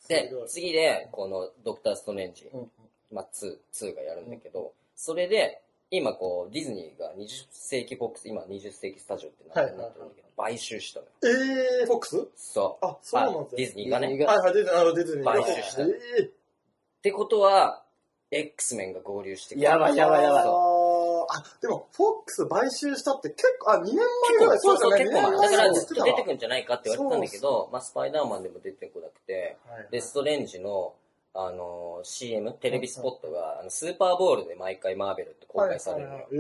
S4: う。です
S2: ごい、
S4: 次で、この、ドクター・ストレンジ、
S2: うん
S4: まあ、2、2がやるんだけど、それで、今こう、ディズニーが20世紀フォックス、今20世紀スタジオってな
S2: はい
S4: ってなってるんだけど、買収したのよ。
S2: えー、フォックス
S4: そう。
S2: あ、そうなんです
S4: ディ
S2: ね。
S4: ズニーがね。
S3: ディズニー
S4: っ
S3: が
S2: はいはい、ディズニー、あのディズニーが。
S4: 買収した
S2: えー
S4: てことは、X メンが合流してくる
S3: やばいやばいやばい
S2: あー
S4: そ
S2: あ、でも、フォックス買収したって結構、あ、2年前ぐら
S4: う
S2: い
S4: そうそう、
S2: です
S4: 結
S2: よ
S4: 構前。だから、ずっと出てく
S2: る。
S4: るんじゃないかって言われてたんだけど、まあ、スパイダーマンでも出てこなくて、で、ストレンジの、あのー CM、テレビスポットが、あのスーパーボールで毎回マーベルって公開されるのよ。
S2: え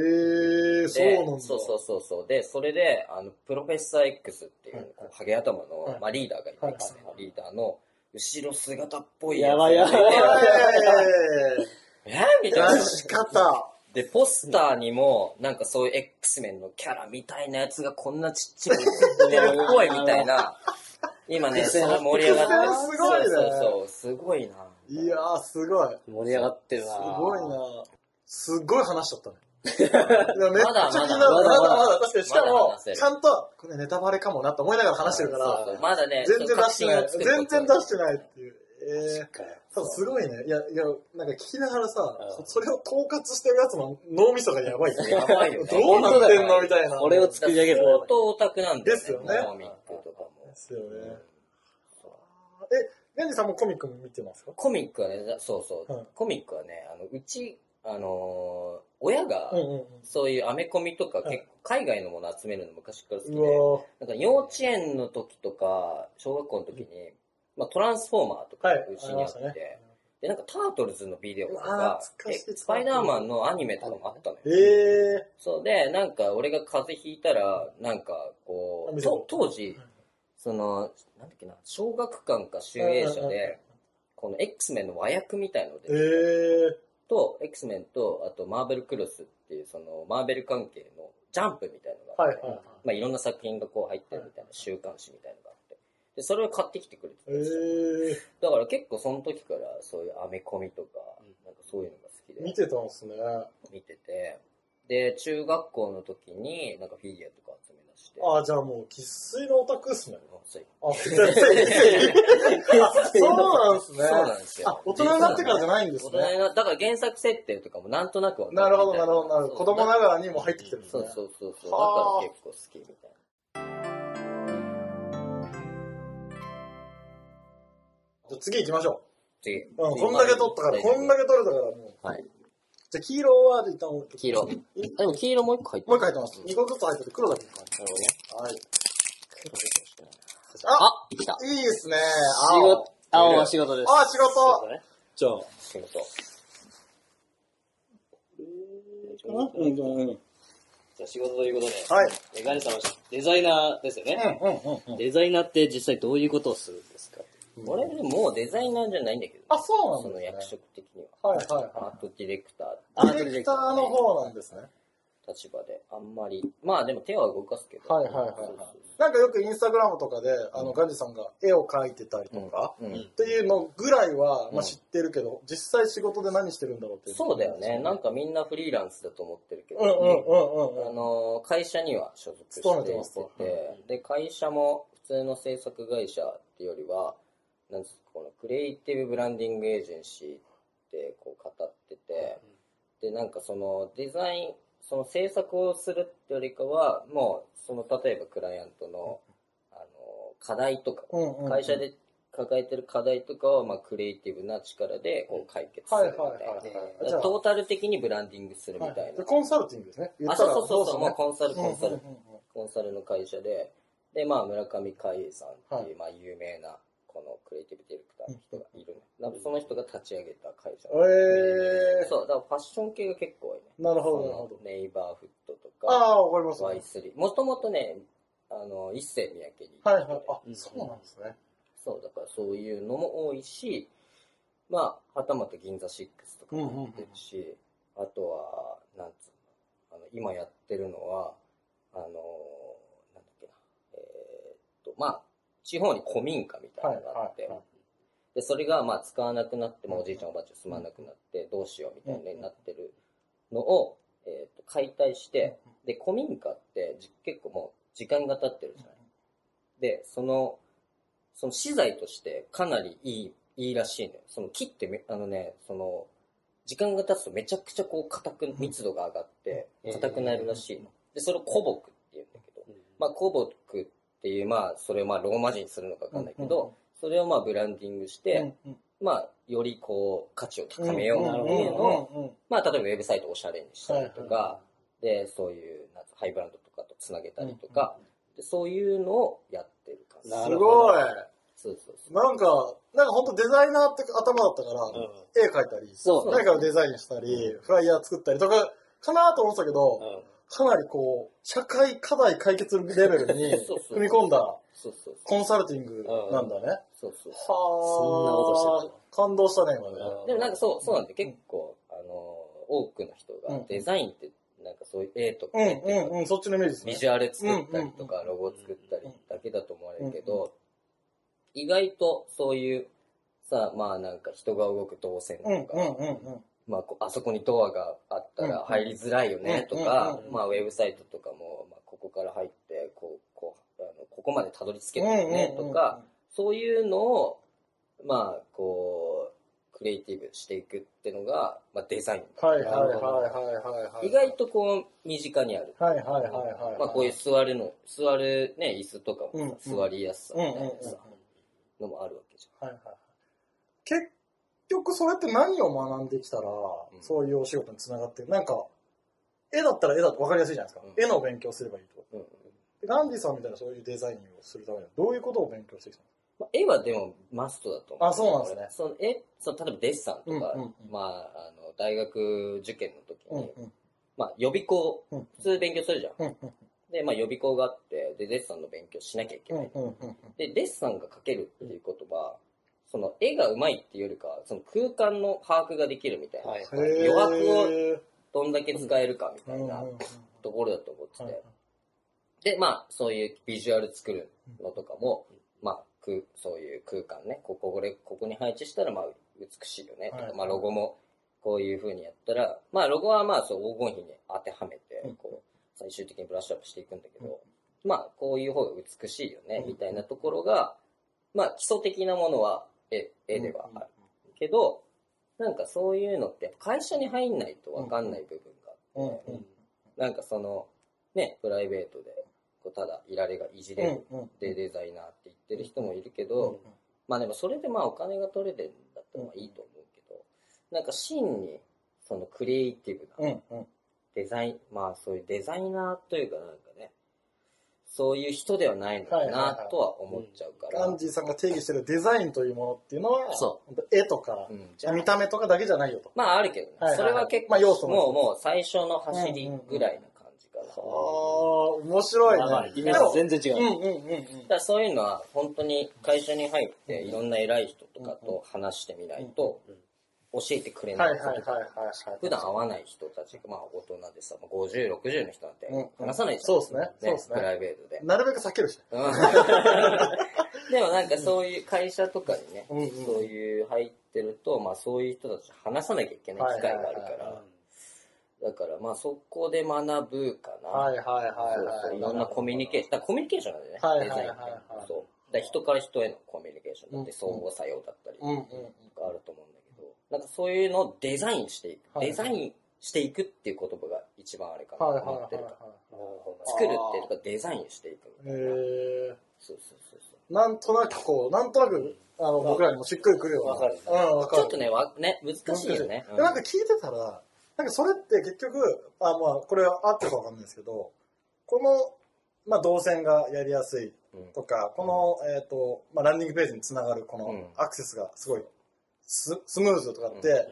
S2: ー、そう
S4: で
S2: なんだ。
S4: そうそうそうそう。で、それで、あの、プロフェッサー X っていう、
S2: はいはい
S4: こうハゲ頭の、
S2: はい
S4: まあ、リーダーがいて、
S2: はいはい
S4: X のリーダーの、後ろ姿っぽい
S3: やばいやばい
S4: がて
S3: やばい
S4: えーみたい
S2: 出
S4: な。
S2: し方。
S4: で、ポスターにも、なんかそういう X メンのキャラみたいなやつがこんなちっちゃく映ってるっぽいみたいな。
S2: <laughs>
S4: 今ね、その盛り上がって
S2: すごいね
S4: そうそうそう、すごいな。
S2: いやー、すごい。
S3: 盛り上がってるな
S2: すごいなすごい話しちゃったね。いやめっち
S4: まだ
S2: ゃ気になる。
S4: ま
S2: ま
S3: だ
S2: だ
S3: まだ
S2: まだ、確かに。しか
S4: まだ
S2: も
S4: 話せ、る
S2: ちゃんと、これネタバレかもなって思いながら話してるか
S3: そう
S2: ら
S3: そう、
S4: まだね、
S2: 全然出してない。
S4: ちょっと確信を作るこ
S2: 全
S4: と
S2: 然出してないっていう。えー
S3: 確かに
S2: 多分すごいね。いや、いや、なんか聞きながらさ
S3: う、ん
S2: それを統括してるやつの脳みそがやばいよね。
S4: やばいよね
S2: どうなってんのみたいな。
S3: これを作り上げる
S4: 相当オタクなんだ
S2: ですよね
S4: コミックとか
S2: で
S4: も。
S2: すよね。え、レンジさんもコミック見てますか
S4: コミックはね、そうそう、
S2: はい
S4: コミックはね、あのうち、あのー親が、
S2: うんうん
S4: そういうアメコミとか結構海外のもの集めるの昔から好き
S2: う
S4: で、
S2: ん。うわ
S4: なんか幼稚園の時とか、小学校の時に、まあ、トランスフォーマーとか
S2: はい
S4: いうち
S2: あ
S4: にあって、
S2: りましたね
S4: で、なんかタートルズのビデオと
S2: うわ
S4: か
S2: 懐かしい
S4: えスパイダーマンのアニメとかもあったのよ。
S2: ーえ
S4: そうで、なんか俺が風邪ひいたら、なんかこ
S2: あ
S4: う、
S2: 見て
S4: と
S2: こう
S4: 当時、その、なんだっけな、小学館か集英社
S2: うんうんうん
S4: で、この X メンの和訳みたいの
S2: ー、え
S4: で、と、X メンと、あとマーベルクロスっていう、そのマーベル関係のジャンプみたいの
S2: ー、
S4: があ
S2: は
S4: っ
S2: い
S4: て、
S2: はいはい。
S4: まあ、いろんな作品がこう入ってるみたいな週刊誌みたいのがあって、で、それを買ってきてくれてた
S2: え
S4: んですよ
S2: ー、
S4: だから結構その時からそういうアメコミとか
S3: うん、
S4: なんかそういうのが好きで。
S2: 見てたんですね。
S4: 見てて、で、中学校の時になんかフィギュアとか集め出して、
S2: あ、じゃあもう、生粋のオタクっすね。
S4: もうそう
S2: <laughs> あ、せせせあそうなんですね。
S4: そうなんですよ
S2: あ、大人になってからじゃないんです
S4: 大人
S2: ね。
S4: になだから原作設定とかもなんとなくわか
S2: なるほど、なるほど、なるほど。
S4: そう
S2: 子供ながらにも入ってきてるんです
S4: そ
S2: ね。
S4: うそうそうそう。だ
S2: はあ
S4: から結構好きみたい
S2: じゃあ次行きましょ
S4: な。
S2: う。うん、こんだけ取ったから、こんだ
S4: け。
S2: け取れたから、もう。
S4: はい。
S2: じゃあ、黄色は一旦置いとく
S4: 黄色。あ、でも黄色もう一個入って
S2: もう
S4: る
S2: 一個入ってます。二個ずつ入ってて、黒だけか。
S4: なるほど
S2: はい。
S4: ね。黒入ってほしくない
S2: あ、
S3: あ来た
S2: いいですね。
S3: 仕
S2: 青。
S3: 事青は仕事です
S2: あ、仕事。
S3: ねじゃあ
S4: 仕事。
S3: うんうんうんじゃあ仕事ということで
S2: はい。
S3: えガネさんはデザイナーですよね、
S2: うんうんうん。
S3: デザイナーって実際どういうことをするんですか
S4: 俺もうデザイナーじゃないんだけど、
S2: あ、そう
S4: そ
S2: なん
S4: の
S2: ですね
S4: 役。職的には。
S2: はいはい
S4: ア
S2: は
S4: ートディレクター
S3: アー
S2: い。
S3: ト
S2: デ
S3: デ
S2: ィ
S3: ィ
S2: レ
S3: レ
S2: ク
S3: ク
S2: タ
S3: タ
S2: ー
S3: ー
S2: の方なんですね。
S4: 立場で、あんまり、まあでも手は動かすけど。
S2: はいはいはいはい
S4: そうそう
S2: なんかよくインスタグラムとかで、あの、ガンジさんが絵を描いてたりとか、
S4: そううん
S2: っていうのぐらいは、ま
S4: うん
S2: あ、知ってるけど、実際仕事で何してるんだろうっていう。
S4: そうだよね。なんかみんなフリーランスだと思ってるけど、
S2: うんうんうんうん
S4: あ
S2: うん。
S4: のー会社には所属して
S2: 勤めてます
S4: てで、会社も普通の制作会社っていうよりは、なんつうのこのクリエイティブブランディングエージェンシーってこう語ってて、で、なんかそのデザイン、その制作をするってよりかは、もう、その例えばクライアントの、あのー課題とかを
S2: うんうんうん
S4: 会社。で抱えてる課題とかを、まあ、クリエイティブな力でこう解決す
S2: はい
S4: る
S2: はい
S4: みたいな。
S2: はいはい。
S4: だからトータル的にブランディングするみ
S2: は
S4: たいな。
S2: いでコンサルティングですね。言
S4: あ、
S2: った
S4: そ
S2: ら
S4: うそうそうそう、
S2: ど
S4: もう
S2: ね
S4: コンサル、コンサル、
S2: うんうんうんうん
S4: コンサルの会社で、で、まあ、村上海英さんっていう、
S2: はい
S4: まあ、有名な、このクリエイティブディレクターの人がいるの。なんかその人が立ち上げた会社。
S2: えー、
S4: そう、だからファッション系が結構多いね。
S2: なるほど、なるほ
S4: そ
S2: ど
S4: の。ネイバーフットとか、
S2: ああ、わかります。はい
S4: Y3。もともとね、あの、一世三宅に。
S2: はい。あ
S3: う、ん
S2: そうなんですね。
S4: そう、だからそういうのも多いし、まあ、はたまた銀座6と
S2: う
S4: か
S2: んうんうん
S4: もやってるし、あとは、なんつうの、あの今やってるのは、あのー、なんだっけな、えーっと、まあ、地方に古民家みたいなのがあって、
S2: はいはいは
S4: で、それがまあ使わなくなって、まあ、おじいちゃんおばあちゃん住まなくなって、どうしようみたいになってるのを、えーっと、解体して、で、古民家ってじ結構もう時間が経ってるじゃない。で、その、その資材としてかなりいい、いいらしいのよ。その木ってめ、あのね、その、時間が経つとめちゃくちゃこう硬く、密度が上がって
S3: うん
S4: 硬くなるらしいの。で、それを古木って言うんだけど、まあ古木っていう、まあそれをまあローマ字にするのかわかんないけど、それをまあブランディングして、まあよりこう価値を高めようっていうのを、
S2: の
S4: まあ例えばウェブサイトをおしゃれにしたりとか、で、そういうなんかハイブランドとかとつなげたりとか、でそういうのをやってる感じ。
S3: な
S2: す
S3: るほ
S2: ご
S3: ど
S2: い。
S4: そうそうそう。
S2: なんか、なんか本当デザイナーって頭だったから、絵描いたり、
S3: そう
S2: 何かをデザインしたり、フライヤー作ったりとか、かなと思ってたけど、かなりこう、社会課題解決レベルに
S4: <laughs> そうそう
S2: 踏み込んだ
S4: そうそうそう。
S2: コンサルティングなんだね。は
S4: そうそう
S2: あ。
S3: そんなことしてたの
S2: 感動したね、今ね。
S4: でもなんかそう、そうなんで結構、あのー、多くの人
S2: う
S4: が
S2: ん
S4: デザインって、なんかそういう絵とか、
S2: うんうんうん、そっちのイメージ
S4: ビ
S2: です
S4: ジ
S2: ね。
S4: ュアル作ったりとか、ロゴ作ったりだけだと思われるけど、意外とそういう、さ、まあなんか人が動く動線と
S2: うんうん
S4: か、
S2: うんうん。
S4: まあこうあそこにドアがあった
S2: うん
S4: ら入りづらいよねと
S2: うん
S4: か
S2: うん
S3: う、ん
S4: まあウェブサイトとかも、まあここから入って、こう、こう、あのここまでたどり着けたよねとか、そういうのを、まあ、こう、クリエイティブしていくってのが、まあ、デザイン。
S2: うんうんうん。はいはいはいはいはいはい。
S4: 意外とこう、身近にある。
S2: はいはいはいはいはい。
S4: まあ、こういう座るの、座るね、椅子とか
S2: うんう
S4: も
S2: ん
S4: さ座りやすさみたいな
S2: うんうん
S4: さ、のもあるわけじ
S2: はいはい。結局それって何を学んできたら、
S4: ん
S2: そういうお仕事につながってるなんか、絵だったら絵だと分かりやすいじゃないですか。
S4: うん
S2: 絵の勉強すればいいと。
S4: ゃん。うん
S2: でガンディさんみたいなそういうデザインをするためには、どういうことを勉強してきた
S4: まあ、絵はでもマストだと思う。
S2: あそうなんですね
S4: その絵、その例えばデッサンとか、
S2: うんうんうん
S4: まあ、あの、大学受験の時に、
S2: のうんうん
S4: まあ、予備校、
S2: うん
S4: 普通勉強するじゃん。
S2: うんうん
S4: で、まあ、予備校があって、で、デッサンの勉強しなきゃいけ
S2: う
S4: ない
S2: ん。うんうん
S4: で、デッサンが描けるっていうことは、その絵が上手いっていうよりかは、その空間の把握ができるみたいな。
S3: はい
S2: うんへー
S4: 余白どんだけ使えるかみたいな
S2: うんうんうん
S4: ところだと思ってて。
S2: はいはい
S4: で、まあ、そういうビジュアル作るのとかも、まあ、空そういう空間ね、こここれここに配置したら、まあ、美しいよねとか、
S2: はい
S4: まあ、ロゴもこういう風にやったら、まあ、ロゴはまあ、そう黄金比に当てはめ
S2: う
S4: て
S2: ん、
S4: こう、最終的にブラッシュアップしていくんだけど、まあ、こういう方が美しいよね
S2: う、ん
S4: みたいなところが、まあ、基礎的なものは絵、絵ではある。けど、なんかそういうのって、やっぱ会社に入んないとわかんない部分
S2: う
S4: が
S2: ん
S4: あって、
S2: うん
S4: なんかその、ね、プライベートで、こうただいられがいじれる
S2: うんうん
S4: でデザイナーって言ってる人もいるけど、
S2: うん
S4: まあでもそれでまあお金が取れてるんだったらまあいいと思うけど、なんか真に、そのクリエイティブ
S2: う
S4: なん
S2: うん
S4: デザイン、まあそういうデザイナーというかなんかね、そういう人ではないのか
S2: はいはい
S4: な
S2: はい
S4: とは思っちゃうから。
S2: ガンジーさんが定義してるデザインというものっていうのは、
S4: そ
S2: 本当絵とか
S4: う、んじゃあ
S2: 見た目とかだけじゃないよと。
S4: まああるけどね、
S2: はいはいはい
S4: それは結構、
S2: まあ要素も
S4: もうもう最初の走りぐらいな感じかな。
S2: ああ、面白
S3: まあ
S2: いね。
S3: イメージと全然違
S2: で
S3: う。
S2: もうんうんうんうん
S4: だ。からそういうのは本当に会社に入っていろんな偉い人とかと話してみないと教えてくれ
S2: はい
S4: な
S2: はいいはい
S4: こと
S2: はい。
S4: 普段会わない人たちがまあ大人でさまあ50、60の人なんて
S2: うん
S4: 話さないじゃん
S2: そうですねそうですね
S4: プライベー
S2: <laughs>
S4: トで。
S2: なるべく避けるしね。
S4: うん <laughs> でもなんかそういう会社とかにね、
S2: うんうん
S4: そういう入ってると、まあそういう人たちと話さなきゃいけない機会があ
S2: は
S4: るか
S2: いはいはい
S4: ら、だからまあそこで学ぶかな。
S2: はいはいはい
S4: そう
S2: は
S4: そう
S2: い。
S4: いろんなコミュニケーション。だからコミュニケーションなんだよね。
S2: はいはい
S4: デ
S2: はい
S4: ザイン
S2: はい
S4: って。そう。だから人から人へのコミュニケーションだって
S2: うん
S4: 相互作用だったり
S2: うんうん
S4: があると思うんだけど、なんかそういうのをデザインしていく。
S2: はい
S4: デザインしていくっていう言葉が一番あれかな
S2: はいはい
S4: と思って
S2: はい
S4: る
S2: は
S4: か
S2: い
S4: ら。。
S3: は
S4: 作るっていうかデザインしていくみたいな。
S2: え
S4: そうそうそうそう。
S2: ー、なんとなくこう、なんとなく、あの、僕らにもしっくりくるような。
S3: わかる
S2: うん、わかる。
S4: ちょっとね、わね難しいよね。
S2: でなんか聞いてたら、なんかそれって結局、あまあ、これは合ってるかわかんないですけど、この、まあ、動線がやりやすい
S4: うん
S2: とか、この、えっ、と、まあ、ランディングページにつながるこ
S4: う
S2: の
S4: ん
S2: アクセスがすごいススムーズとかって、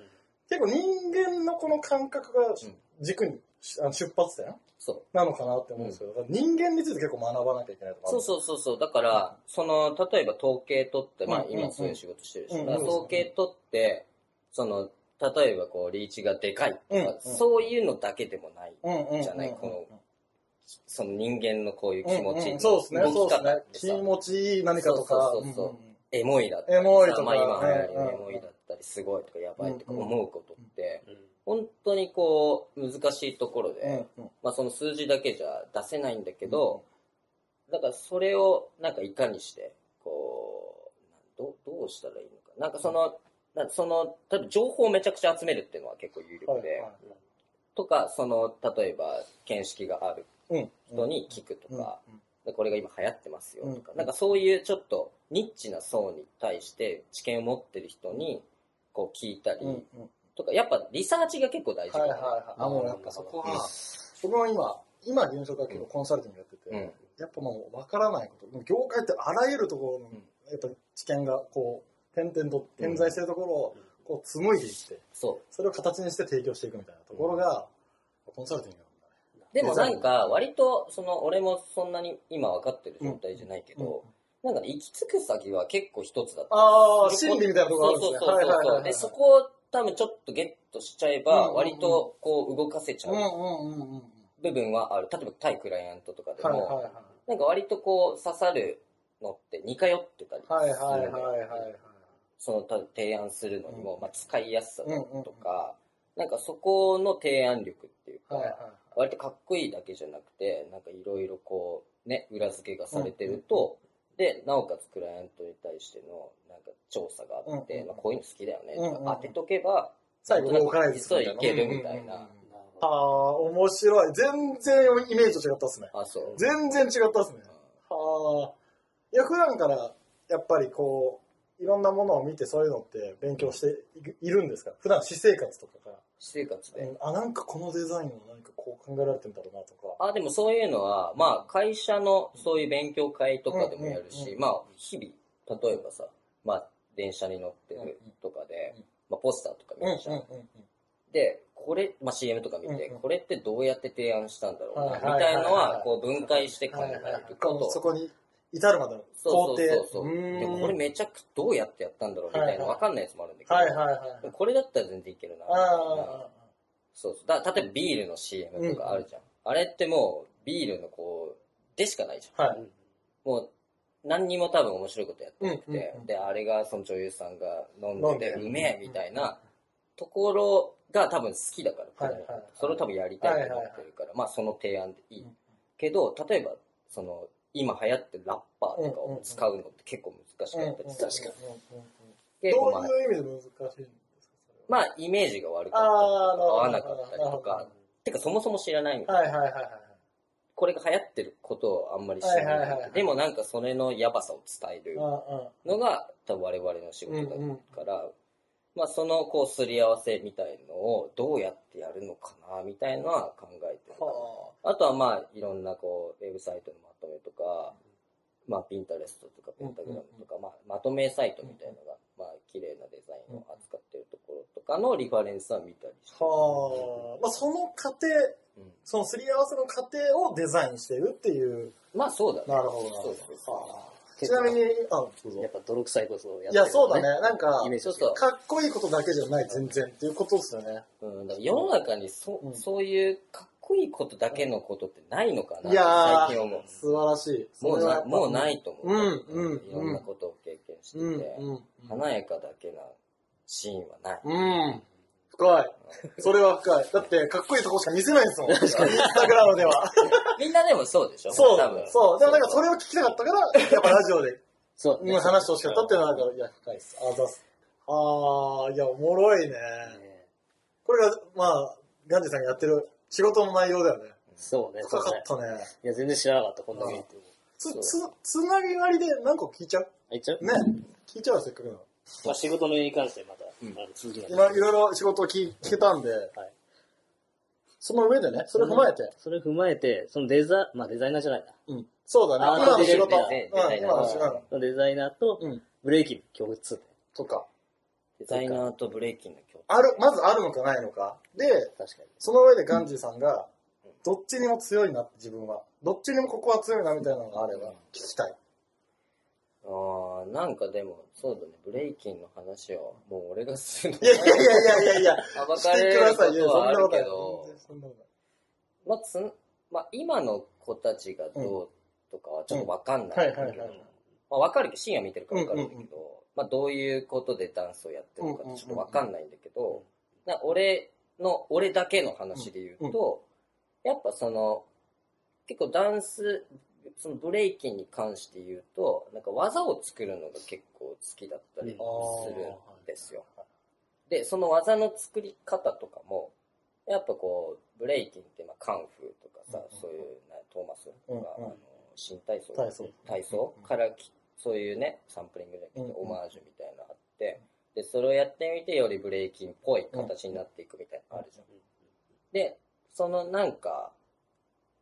S2: 結構人間のこの感覚が軸にしあの出発点
S4: そう。
S2: なのかなって思うんですけど、だから人間について結構学ばなきゃいけないとか
S4: そうそうそうそう。だから、その、例えば統計取って、ま
S2: う
S4: あ
S2: んうんうん
S4: 今そういう仕事してるし、
S2: うん
S4: だから統計取って、その、例えばこう、リーチがでかいとか、
S2: うんうん
S4: そういうのだけでもない。
S2: うんうんうん
S4: じゃないこその人間のこういう気持ち、
S2: うんうんそうですね、そ
S4: 動
S2: う
S4: き
S2: ですね
S4: 方っ。て
S2: 気
S4: さ、
S2: 持ちいい何かとか。
S4: そうそうそうそうん
S2: んん
S4: エモいだったりさ、
S2: エモいとか
S4: まあ今流行り
S2: うんうん
S4: のエモいだったり、すごいとかやばいとか
S2: うんうん
S4: 思うことって、
S3: うん
S4: 本当にこう、難しいところで、
S2: うんうん
S4: まあその数字だけじゃ出せないんだけど、だからそれをなんかいかにして、こう、なんどどうしたらいいのか。なんかその、なんかその、例えば情報をめちゃくちゃ集めるっていうのは結構有力で、
S2: はい
S4: とか、その、例えば見識がある
S2: はいうん
S4: 人に聞くとか、
S2: うん
S4: でこれが今流行ってますよとか、
S2: うん
S4: なんかそういうちょっとニッチな層に対して知見を持ってる人にこう聞いたり
S2: うんうん
S4: とか、やっぱリサーチが結構大事
S2: は
S4: か
S2: い
S4: な
S2: はいはい。あ、もうやっぱそこは、僕も今、今現職は結構コンサルティングやってて、
S4: うん
S2: やっぱもう分からないこと、もう業界ってあらゆるところの
S4: うん、
S2: やっぱ知見がこう、点々と点在してるところを、こう紡いでいって、
S4: そう。
S2: それを形にして提供していくみたいなところが、コンサルティングなんだね。
S4: でもなんか、割と、その、俺もそんなに今分かってる状態じゃないけど、なんか行き着く先は結構一つだった。
S2: ああ、心理みたいなところあるんですね。
S4: そうそうそうそう、
S2: はいはいはいはい
S4: で、そこを多分ちょっとゲットしちゃえ
S2: う
S4: ば、
S2: ん
S4: 割とこう動かせちゃ
S2: うん
S4: う
S2: うんうんうん。
S4: 部分はある。例えば対クライアントとかで
S2: はい
S4: も、
S2: は
S4: なんか割とこう刺さるのって似通ってたりす
S2: いはい。は
S4: る
S2: いはいはい
S4: のよ
S2: はいはい。
S4: そのた提案するのにも、
S2: うん
S4: まあ使いやすさだ
S2: うんうん
S4: とか、なんかそこの提案力っていうか、
S2: はいはい。
S4: 割とかっこいいだけじゃなくてなんかいろいろこうね裏付けがされてると、でなおかつクライアントに対してのなんか調査があって、
S2: うんうん
S4: まあ、こういうの好きだよねとか、
S2: うんうんうん
S4: 当てとけば
S2: 最後、ローカライズ
S4: 実はいけるみたいな、
S2: ああ、面白い。全然イメージと違ったっすね。
S4: あそう
S2: 全然違ったっすね。はあ。いや、普段から、やっぱりこう、いろんなものを見てそういうのって勉強していくいるんですか普段私生活とかから。
S4: 私生活で、
S2: うんあ、なんかこのデザインは何かこう考えられてんだろうなとか。
S4: あでもそういうのはまあ会社のそういう勉強会とかでもやるし、
S2: うんうんうん
S4: まあ日々例えばさまあ電車に乗ってるとか
S2: う
S4: で、
S2: んうん
S4: まあ、ポスターとか見るじゃん、で、これ、まあ、CM とか見て、
S2: うんうん
S4: これってどうやって提案したんだろうな、
S2: は
S4: み
S2: いはいはい
S4: たいの
S2: は
S4: は、
S2: い
S4: こう分解して考
S2: はいはいは
S4: え
S2: い
S4: るこ。
S2: ことうそこに至るまでの工
S4: そう
S2: 程。
S4: そうそうそう。
S2: ーん
S4: でもこれめちゃくちゃどうやってやったんだろうみた
S2: はいい
S4: な、
S2: はい
S4: わかんないやつもあるんだけど、
S2: はいはいはい。
S4: これだったら全然いけるな、みたいな
S2: あ。
S4: そうそう。だから例えばビールの CM とかあるじゃん。あれってもう、ビールのこう、でしかないじゃん。
S2: あ、はい。
S4: もう、何にも多分面白いことやってな
S2: う
S4: くて、
S2: んうんうん
S4: で、あれがその女優さんが飲んでて、
S2: 飲んで
S4: うめえみたいなところが多分好きだから、
S2: はいはいはい
S4: それを多分やりたいと思ってるから、まあその提案でいい。
S2: うん
S4: けど、例えば、その、今流行ってるラッパーとかを使うのって結構難しかったりするし、
S2: に。
S4: 結構まあ
S2: どういう意味で難しいんですかそれは
S4: まあイメージが悪かったり
S2: あー
S4: とか、合わ
S2: な
S4: な
S2: るほ
S4: か
S2: ど
S4: ったりと
S2: なる
S4: か
S2: ほ、
S4: てかそもそも知らないみたいな
S2: はいはいはいはい。
S4: これが流行ってることをあんまり知ら
S2: はいはい
S4: な
S2: はいはい
S4: い。でもなんかそれのやばさを伝える。
S2: う
S4: のが多分我々の仕
S2: んう
S4: 事
S2: ん
S4: だ
S2: うんうん。
S4: から、まあ、そのこうすり合わせみたいのをどうやってやるのかなみたいのは考えてるかな
S2: は
S4: あとはまあいろんなこうウェブサイトのまとめとか、まあ、ピンタレストとかペンタグラムとか、まあ、まとめサイトみたいのが、まあ綺麗なデザインを扱ってるところとかのリファレンスは見たりして
S2: あ。、はあ。まあ、その過程、
S4: うん
S2: そのすり合わせの過程をデザインしているっていう。
S4: まあそうだね
S2: なるほどなる
S4: そ
S2: ほ
S4: うそう
S2: ど。
S4: そ
S2: はあちなみに、あ、どうぞ
S1: やっぱ泥臭いことをやっ
S2: い
S1: てる、
S2: や、そうだ。ね。なんか、
S1: イメージ
S4: うそう
S2: かっこいいことだけじゃない、全然っていうことですよね。
S4: そう、うん、だから世の中にそ,、
S2: う
S4: うんそういうかっこいいことだけのことってないのかなっ
S2: い
S4: て
S2: や
S4: 最近思う
S2: ー、素晴らしい。
S4: もう
S2: それはや
S4: な
S2: っぱ
S4: もうないと思う。
S2: うんうん
S4: いろんなことを経験してて、
S2: うん、うん。
S4: 華やかだけなシーンはない。
S2: うん。深い。それは深い。だって、かっこいいとこしか見せないんですもん。インスタグラムでは。
S4: みんなでもそうでしょ
S2: そ
S4: 多
S2: う
S4: 分。。
S2: そう。でもなんかそれを聞きたかったから、やっぱラジオで
S1: そう
S2: 今話してほしかったっていうのは、なんかいや、深いです。あざっす。あー、いや、おもろいね。これが、まあ、ガンジーさんがやってる仕事の内容だよね。
S1: そうね、そ
S2: 深
S1: う
S2: か
S1: ね
S2: っ。たね。
S1: いや、全然知らなかった、こんなにって。
S2: つ、
S1: そう
S2: つ、つなぎ割りで何個聞いちゃう
S1: あ、いっちゃう
S2: ね。聞いちゃうよ、せっかくなの。
S1: まあ、仕事のに関してまた、
S4: ん
S1: あの続きなんで
S2: 今、いろいろ仕事を聞聞けたんで、その上でね、それ踏まえて、
S1: それ踏まえて、そのデザ、まあデザイナーじゃないな。
S2: うん。そうだね。
S1: あ
S2: 今の仕
S1: デザイ
S2: 事。
S1: ン
S2: う
S4: ね
S2: ん
S4: デザイン
S2: 今の仕
S1: そ
S2: 事。
S1: のデザイナーと
S2: うん。
S1: ブレイキン共通点。
S2: とか。
S4: デザイナーとブレイキンの共通
S2: ある、まずあるのかないのか。で、
S1: 確かに。
S2: その上でガンジーさんが、どっちにも強いなって自分は。どっちにもここは強いなみたいなのがあれば聞きたい。
S4: ああ、なんかでも、そうだね、ブレイキンの話を、もう俺がするの
S2: いやいやいやいやいや
S4: 暴
S2: して
S4: かれ
S2: くだ
S4: るこ
S2: さいよ。
S4: と
S2: そん
S4: はあ
S2: なこ
S4: る
S2: と
S4: け
S2: ない。
S4: ど、
S2: そんなことない
S4: まあ、つんまあ、今の子たちがどうとかはちょっとわかんない
S2: はい
S4: んだけど、
S2: はいはい。
S4: まあ、わかるけど、深夜見てるからわかるんだけど、
S2: うんうん
S4: まあ、どういうことでダンスをやってるのかってちょっとわかんないんだけど、な俺の、俺だけの話で言うと、やっぱその、結構ダンス、そのブレイキンに関して言うと、なんか技を作るのが結構好きだったりするんですよ。で、その技の作り方とかも、やっぱこう、ブレイキンって、まあ、カンフーとかさ、
S2: うんうん
S4: そういうな、トーマスとか、
S2: うんうん
S4: あの新体操
S2: 体操
S4: 体操
S2: うん
S4: からき、そういうね、サンプリングで、
S2: うんうん
S4: オマージュみたいなのあって、で、それをやってみて、よりブレイキンっぽい形になっていくみたいなのあるじゃん。で、そのなんか、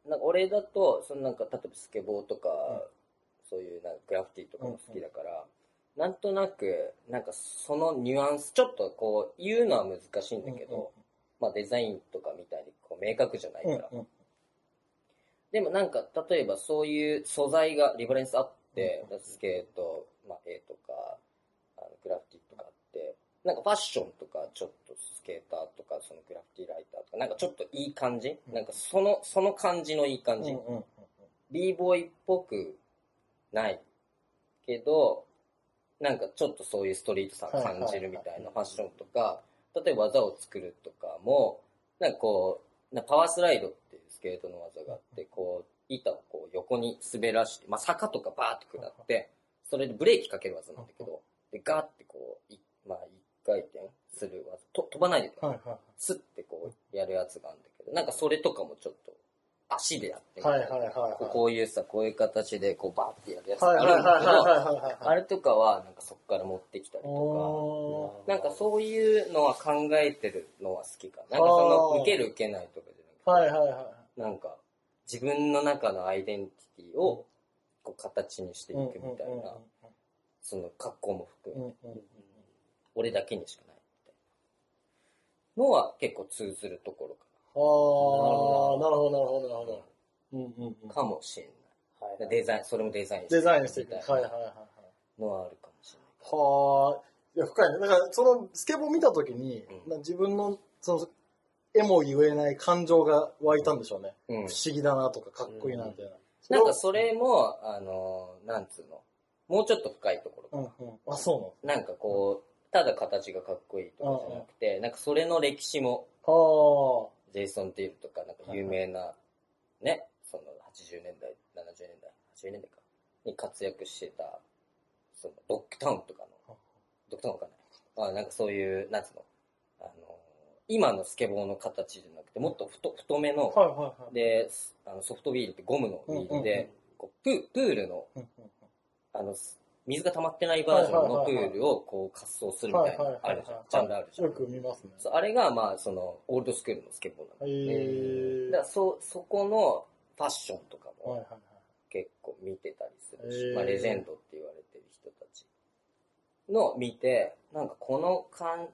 S4: なんか俺だと、そのなんか、例えばスケボーとか、そういうなんかグラフィティとかも好きだから、なんとなく、なんかそのニュアンス、ちょっとこう、言うのは難しいんだけど、
S2: うんうん
S4: まあデザインとかみたいにこう明確じゃないから、
S2: うんうん
S4: でもなんか、例えばそういう素材が、リファレンスあって、スケート、まあ、絵とか、あのグラフィティとかあって、なんかファッションとか、ちょっとスケーターとか、そのグラフィティライターとか、なんかちょっといい感じ、
S2: うん
S4: なんかその、その感じのいい感じ。
S2: うんうん。
S4: b ボーイっぽくないけど、なんかちょっとそういうストリートさを感じるみたいなファッションとか、例えば技を作るとかも、なんかこう、なんかパワースライドっていうスケートの技があって、こう、板をこう横に滑らして、まあ、坂とかバーって下って、それでブレーキかける技なんだけど、で、ガーってこう、いまあ、一回転する技、と飛ばないでください
S2: はいは
S4: スッてこうやるやつがあるんだけど、なんかそれとかもちょっと足でやって
S2: い。
S4: みた
S2: はいい
S4: な
S2: はいはいはい。
S4: こうこういうさ、こういう形でこうバーってやるやつ
S2: はいはいはい
S4: あるんだけど、
S2: はいはいはい。
S4: あれとかはなんかそこから持ってきたりと
S2: お
S4: か、なんかそういうのは考えてるのは好きかな。なんかそ
S2: あ
S4: の
S2: ー
S4: 受ける受けないとかじ
S2: ー。
S4: ゃな
S2: はい
S4: くて、
S2: はいはい。
S4: なんか自分の中のアイデンティティをこう形にしていくみたいな、その格好も含めて
S2: うんうんうんうん。
S4: 俺だけにしかないみたいなのは結構通ずるところか
S2: あー、なるほどなるほどなるほど。うんうんうん
S4: な。かもしれない。
S1: はいはい。
S4: デザイン、それもデザイン
S2: デザインしていく。
S4: み
S2: はい
S4: た
S2: はいい
S4: な
S2: はいはい。
S4: のはあるかもしれない。
S2: はーいや、深いね。だから、その、スケボー見たときに、
S4: うん
S2: な自分の、その、絵も言えない感情が湧いたんでしょうね。
S4: うん
S2: 不思議だなとか、かっこいいな、みたいな。
S4: なんかそれも、あの、なんつうの、もうちょっと深いところ。
S2: うんうん。あ、そ
S4: なんかこう、ただ形がかっこいいとかじゃなくて、なんかそれの歴史も、
S2: うなの
S4: ジェイソン・ティールとか、なんか有名な、ね、その80年代、70年代、80年代か、に活躍してた、そのドッグタウンとかの、ドッグタウンわかんない。まあなんかそういう、なんつうの、あの、今のスケボーの形じゃなくて、もっと太太めの、
S2: あー。はいはいはい。
S4: で、あのソフトビールってゴムのビー
S2: う
S4: ル
S2: んうんうん
S4: で、こうプープールの、
S2: うんうん
S4: あの、す水が溜まってないバージョ
S2: は
S4: ンの
S2: いは
S4: プ
S2: いはいはい
S4: ールをこう滑走するみたいなのあるじゃん。ジャンルあるじゃ
S2: よ
S4: ん。
S2: く見ますね。
S4: そうあれが、まあ、その、オールドスクールのスケボーな
S2: へ
S4: の。
S2: ー。
S4: だから、そ、そこのファッションとか
S2: はい
S4: も
S2: はいはい。
S4: 結構見てたりする
S2: へ
S4: し、
S2: ー
S4: まあ、レジェンドって言われてる人たちの見て、なんかこの感、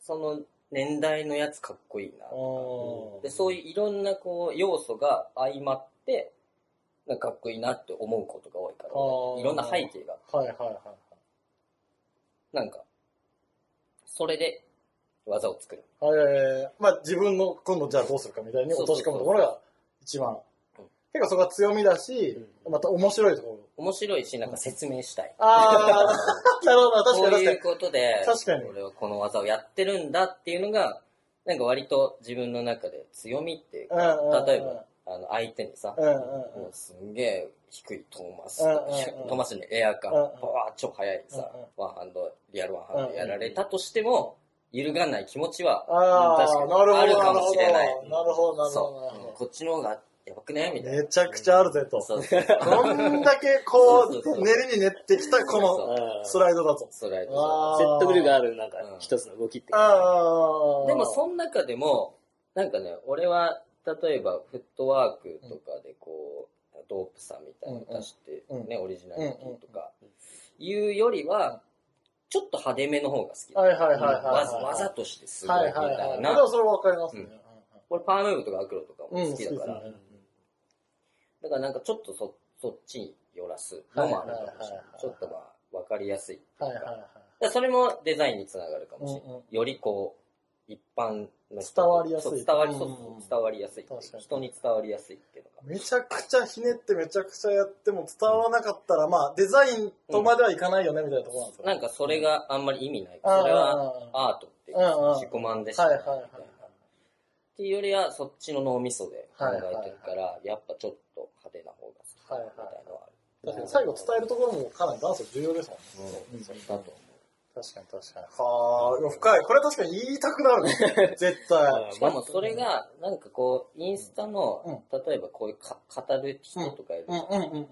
S4: その年代のやつかっこいいな
S2: あ
S4: とか、
S2: ー。
S4: で、そういういろんなこう、要素が相まって、なんかかっこいいなって思うことが多いから、
S2: あー
S4: いろんな背景が、
S2: はいはいはいはい。
S4: なんか、それで技を作る。
S2: えー、まあ自分の今度じゃあどうするかみたいに落とし込むところが一番
S4: そうそう。
S2: 結構そこが強みだし、また面白いところ。
S4: 面白いし、なんか説明したい。
S2: ああ、なるほど、確かに
S4: こ
S2: 確かに
S4: ういう。ことで、
S2: 確かに
S4: 俺はこの技をやってるんだっていうのが、なんか割と自分の中で強みっていうか、
S2: うんうんうん
S4: 例えば、あの、相手にさ、
S2: うんうんうん
S4: もうすんげえ低いトーマスと
S2: うん
S4: か、
S2: うんうん
S4: トーマスのエアか、
S2: うんうん
S4: パワー超速いさ、
S2: うんうん
S4: ワンハンド、リアルワンハンドやられたとしても、揺るがない気持ちは、
S2: ああ、
S4: 確
S2: なるほど。
S4: かにあるかもしれない。
S2: なるほど、なるほどなる
S4: そう。
S2: ほ
S4: こっちの方がやばくねみ
S2: ど。
S4: たいな。
S2: めちゃくちゃあるぜと。
S4: そうそう。
S2: どんだけこ、
S4: そうそうそうう
S2: 練りに練ってきたこの
S1: うん
S2: スライドだと。
S4: それ
S2: あー
S1: 説得力がある、なんか、一つの動きって。
S2: ああ。
S4: でも、その中でも、なんかね、俺は、例えば、フットワークとかで、こう、ドープさみたいなの出して、
S2: うん
S4: ね、オリジナリティとか、いうよりは、ちょっと派手めの方が好きだ。
S2: はいはいはいはいはい
S4: わざわざとしてすごいみたい
S2: はいはいはい。で
S4: な
S2: もそれわかりますね。
S4: うん
S2: はいはい
S4: 俺パワームーブとかアクロとかも好きだか
S2: うん
S4: ら
S2: 好き、です
S4: だからなんかちょっとそそっちに寄らすのもあるかも
S2: は
S4: し
S2: い
S4: れ
S2: はいは
S4: ない
S2: いはい
S4: ちょっとまあ分かりやすい
S2: はいはいはい。
S4: だからそれもデザインにつながるかもしれない、
S2: うんうん
S4: よりこう一般の人
S2: 伝わりやすい
S4: そう伝わりそう
S2: うんうん
S4: 伝わりやすいっていう
S2: 確かに
S4: 人に伝わりやすいっていうのが
S2: めちゃくちゃひねってめちゃくちゃやっても伝わらなかったら、まあ、デザインとまではいかないよね、みたいなところなんですよ。
S4: なんかそれがあんまり意味ない。
S2: あー
S4: それはアートっていう
S2: うんうん
S4: 自己満でしかないみたい
S2: はい
S4: な。
S2: はいはい
S4: っていうよりはそっちの脳みそで考えてるから、やっぱちょっと派手な方が好きかなみたいなのはある。
S2: 確かに最後伝えるところもかなりダンス重要ですもんね。
S4: うんそうだと思う。
S2: 確かに確かに。はあ、いや深い。これは確かに言いたくなるね。
S4: <laughs>
S2: 絶対。
S4: しかもそれが、なんかこう、インスタの、例えばこういうか語る人とかいる、
S2: うんうんうんうん。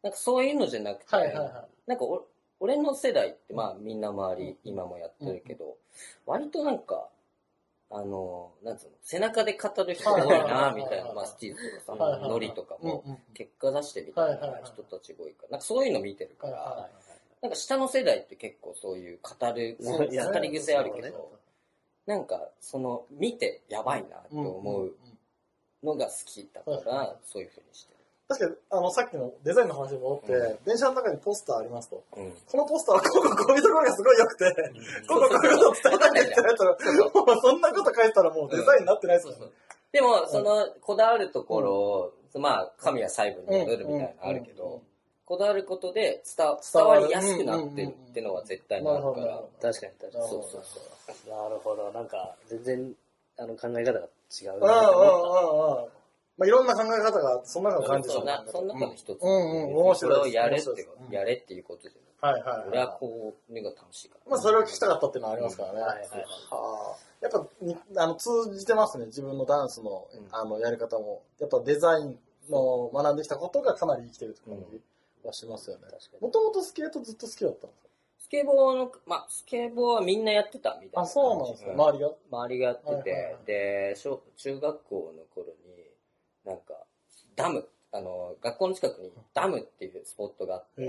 S4: なんかそういうのじゃなくて、
S2: はいはいは
S4: なんかお俺の世代って、まあみんな周り、今もやってるけど、割となんか、あの、なんつうの、背中で語る人が多いな、み
S2: は
S4: たい
S2: いはいはいは、
S4: ないまあスティーズと
S2: はいは
S4: か
S2: い
S4: さ、
S2: はい
S4: ノリとか
S2: い。うん
S4: も、
S2: うん。
S4: 結果出してみたい
S2: はいはい
S4: な
S2: はい
S4: 人たちが多いから、なんかそういうの見てるか
S2: はいは
S4: ら、なんか下の世代って結構そういう語る、
S2: いはい。
S4: 語り癖あるけ
S2: そうね
S4: ど、なんかその、見てやばいなって思うのが好きだから、そういうふうにして
S2: 確かに、あの、さっきのデザインの話に戻って、
S4: う
S2: 電車の中にポスターありますと。
S4: る。うん。
S2: このポスターはこここういうところがすごい良くて、こここういうこと伝えなきゃいけないと、もうそんなこと書いてたらもうデザインになってないです
S4: そう
S2: よね
S4: そう。でも、その、こだわるところを、まあ、神は細部に宿るみたいなのあるけ
S2: うんうんうん
S4: ど、こだわることで伝わ
S2: 伝
S4: 伝
S2: わ
S4: わ
S2: る
S4: りやすくなってるってのは絶対にあるか
S2: うんうんうんなる
S4: ら
S2: ほど。
S1: 確かに確か
S2: なる
S1: に。
S2: ほ
S4: そ
S2: ど
S4: うそうそう。
S1: なるほど。なんか、全然、あの、考え方が違うなと思っ
S2: う
S1: た。
S2: んうんうんうん。まあ、いろんな考え方が、その中の感じでし
S4: そ
S2: ょ
S4: ん
S2: うね
S4: な、その中の一つ。
S2: うんうん面
S4: そ
S2: 白
S4: れ
S2: い
S4: を
S2: です
S4: やれ
S2: 面
S4: って
S2: 白いです
S4: こと、やれっていうことじゃ
S2: はいは
S4: ないい。
S2: い。
S4: 俺はこう、目が楽しいから。
S2: まあ、それを聞きたかったっていうのはありますからね。
S1: うん
S2: は
S1: はいいはいはい
S2: やっぱにあの、通じてますね、自分のダンスの
S4: うん
S2: あのやり方も。やっぱデザインの学んできたことがかなり生きてるって感じはしますよね。
S1: 確かに。
S2: もともとスケートずっと好きだったんですか
S4: スケボーの、まあ、スケボーはみんなやってたみたいな感
S2: あ、
S4: じ。
S2: そうなんですか、
S4: うん
S2: 周りが。
S4: 周りがやってて、
S2: はいはいはい
S4: で小中学校の頃になんかダムあの学校の近くにダムっていうスポットがあって
S2: へ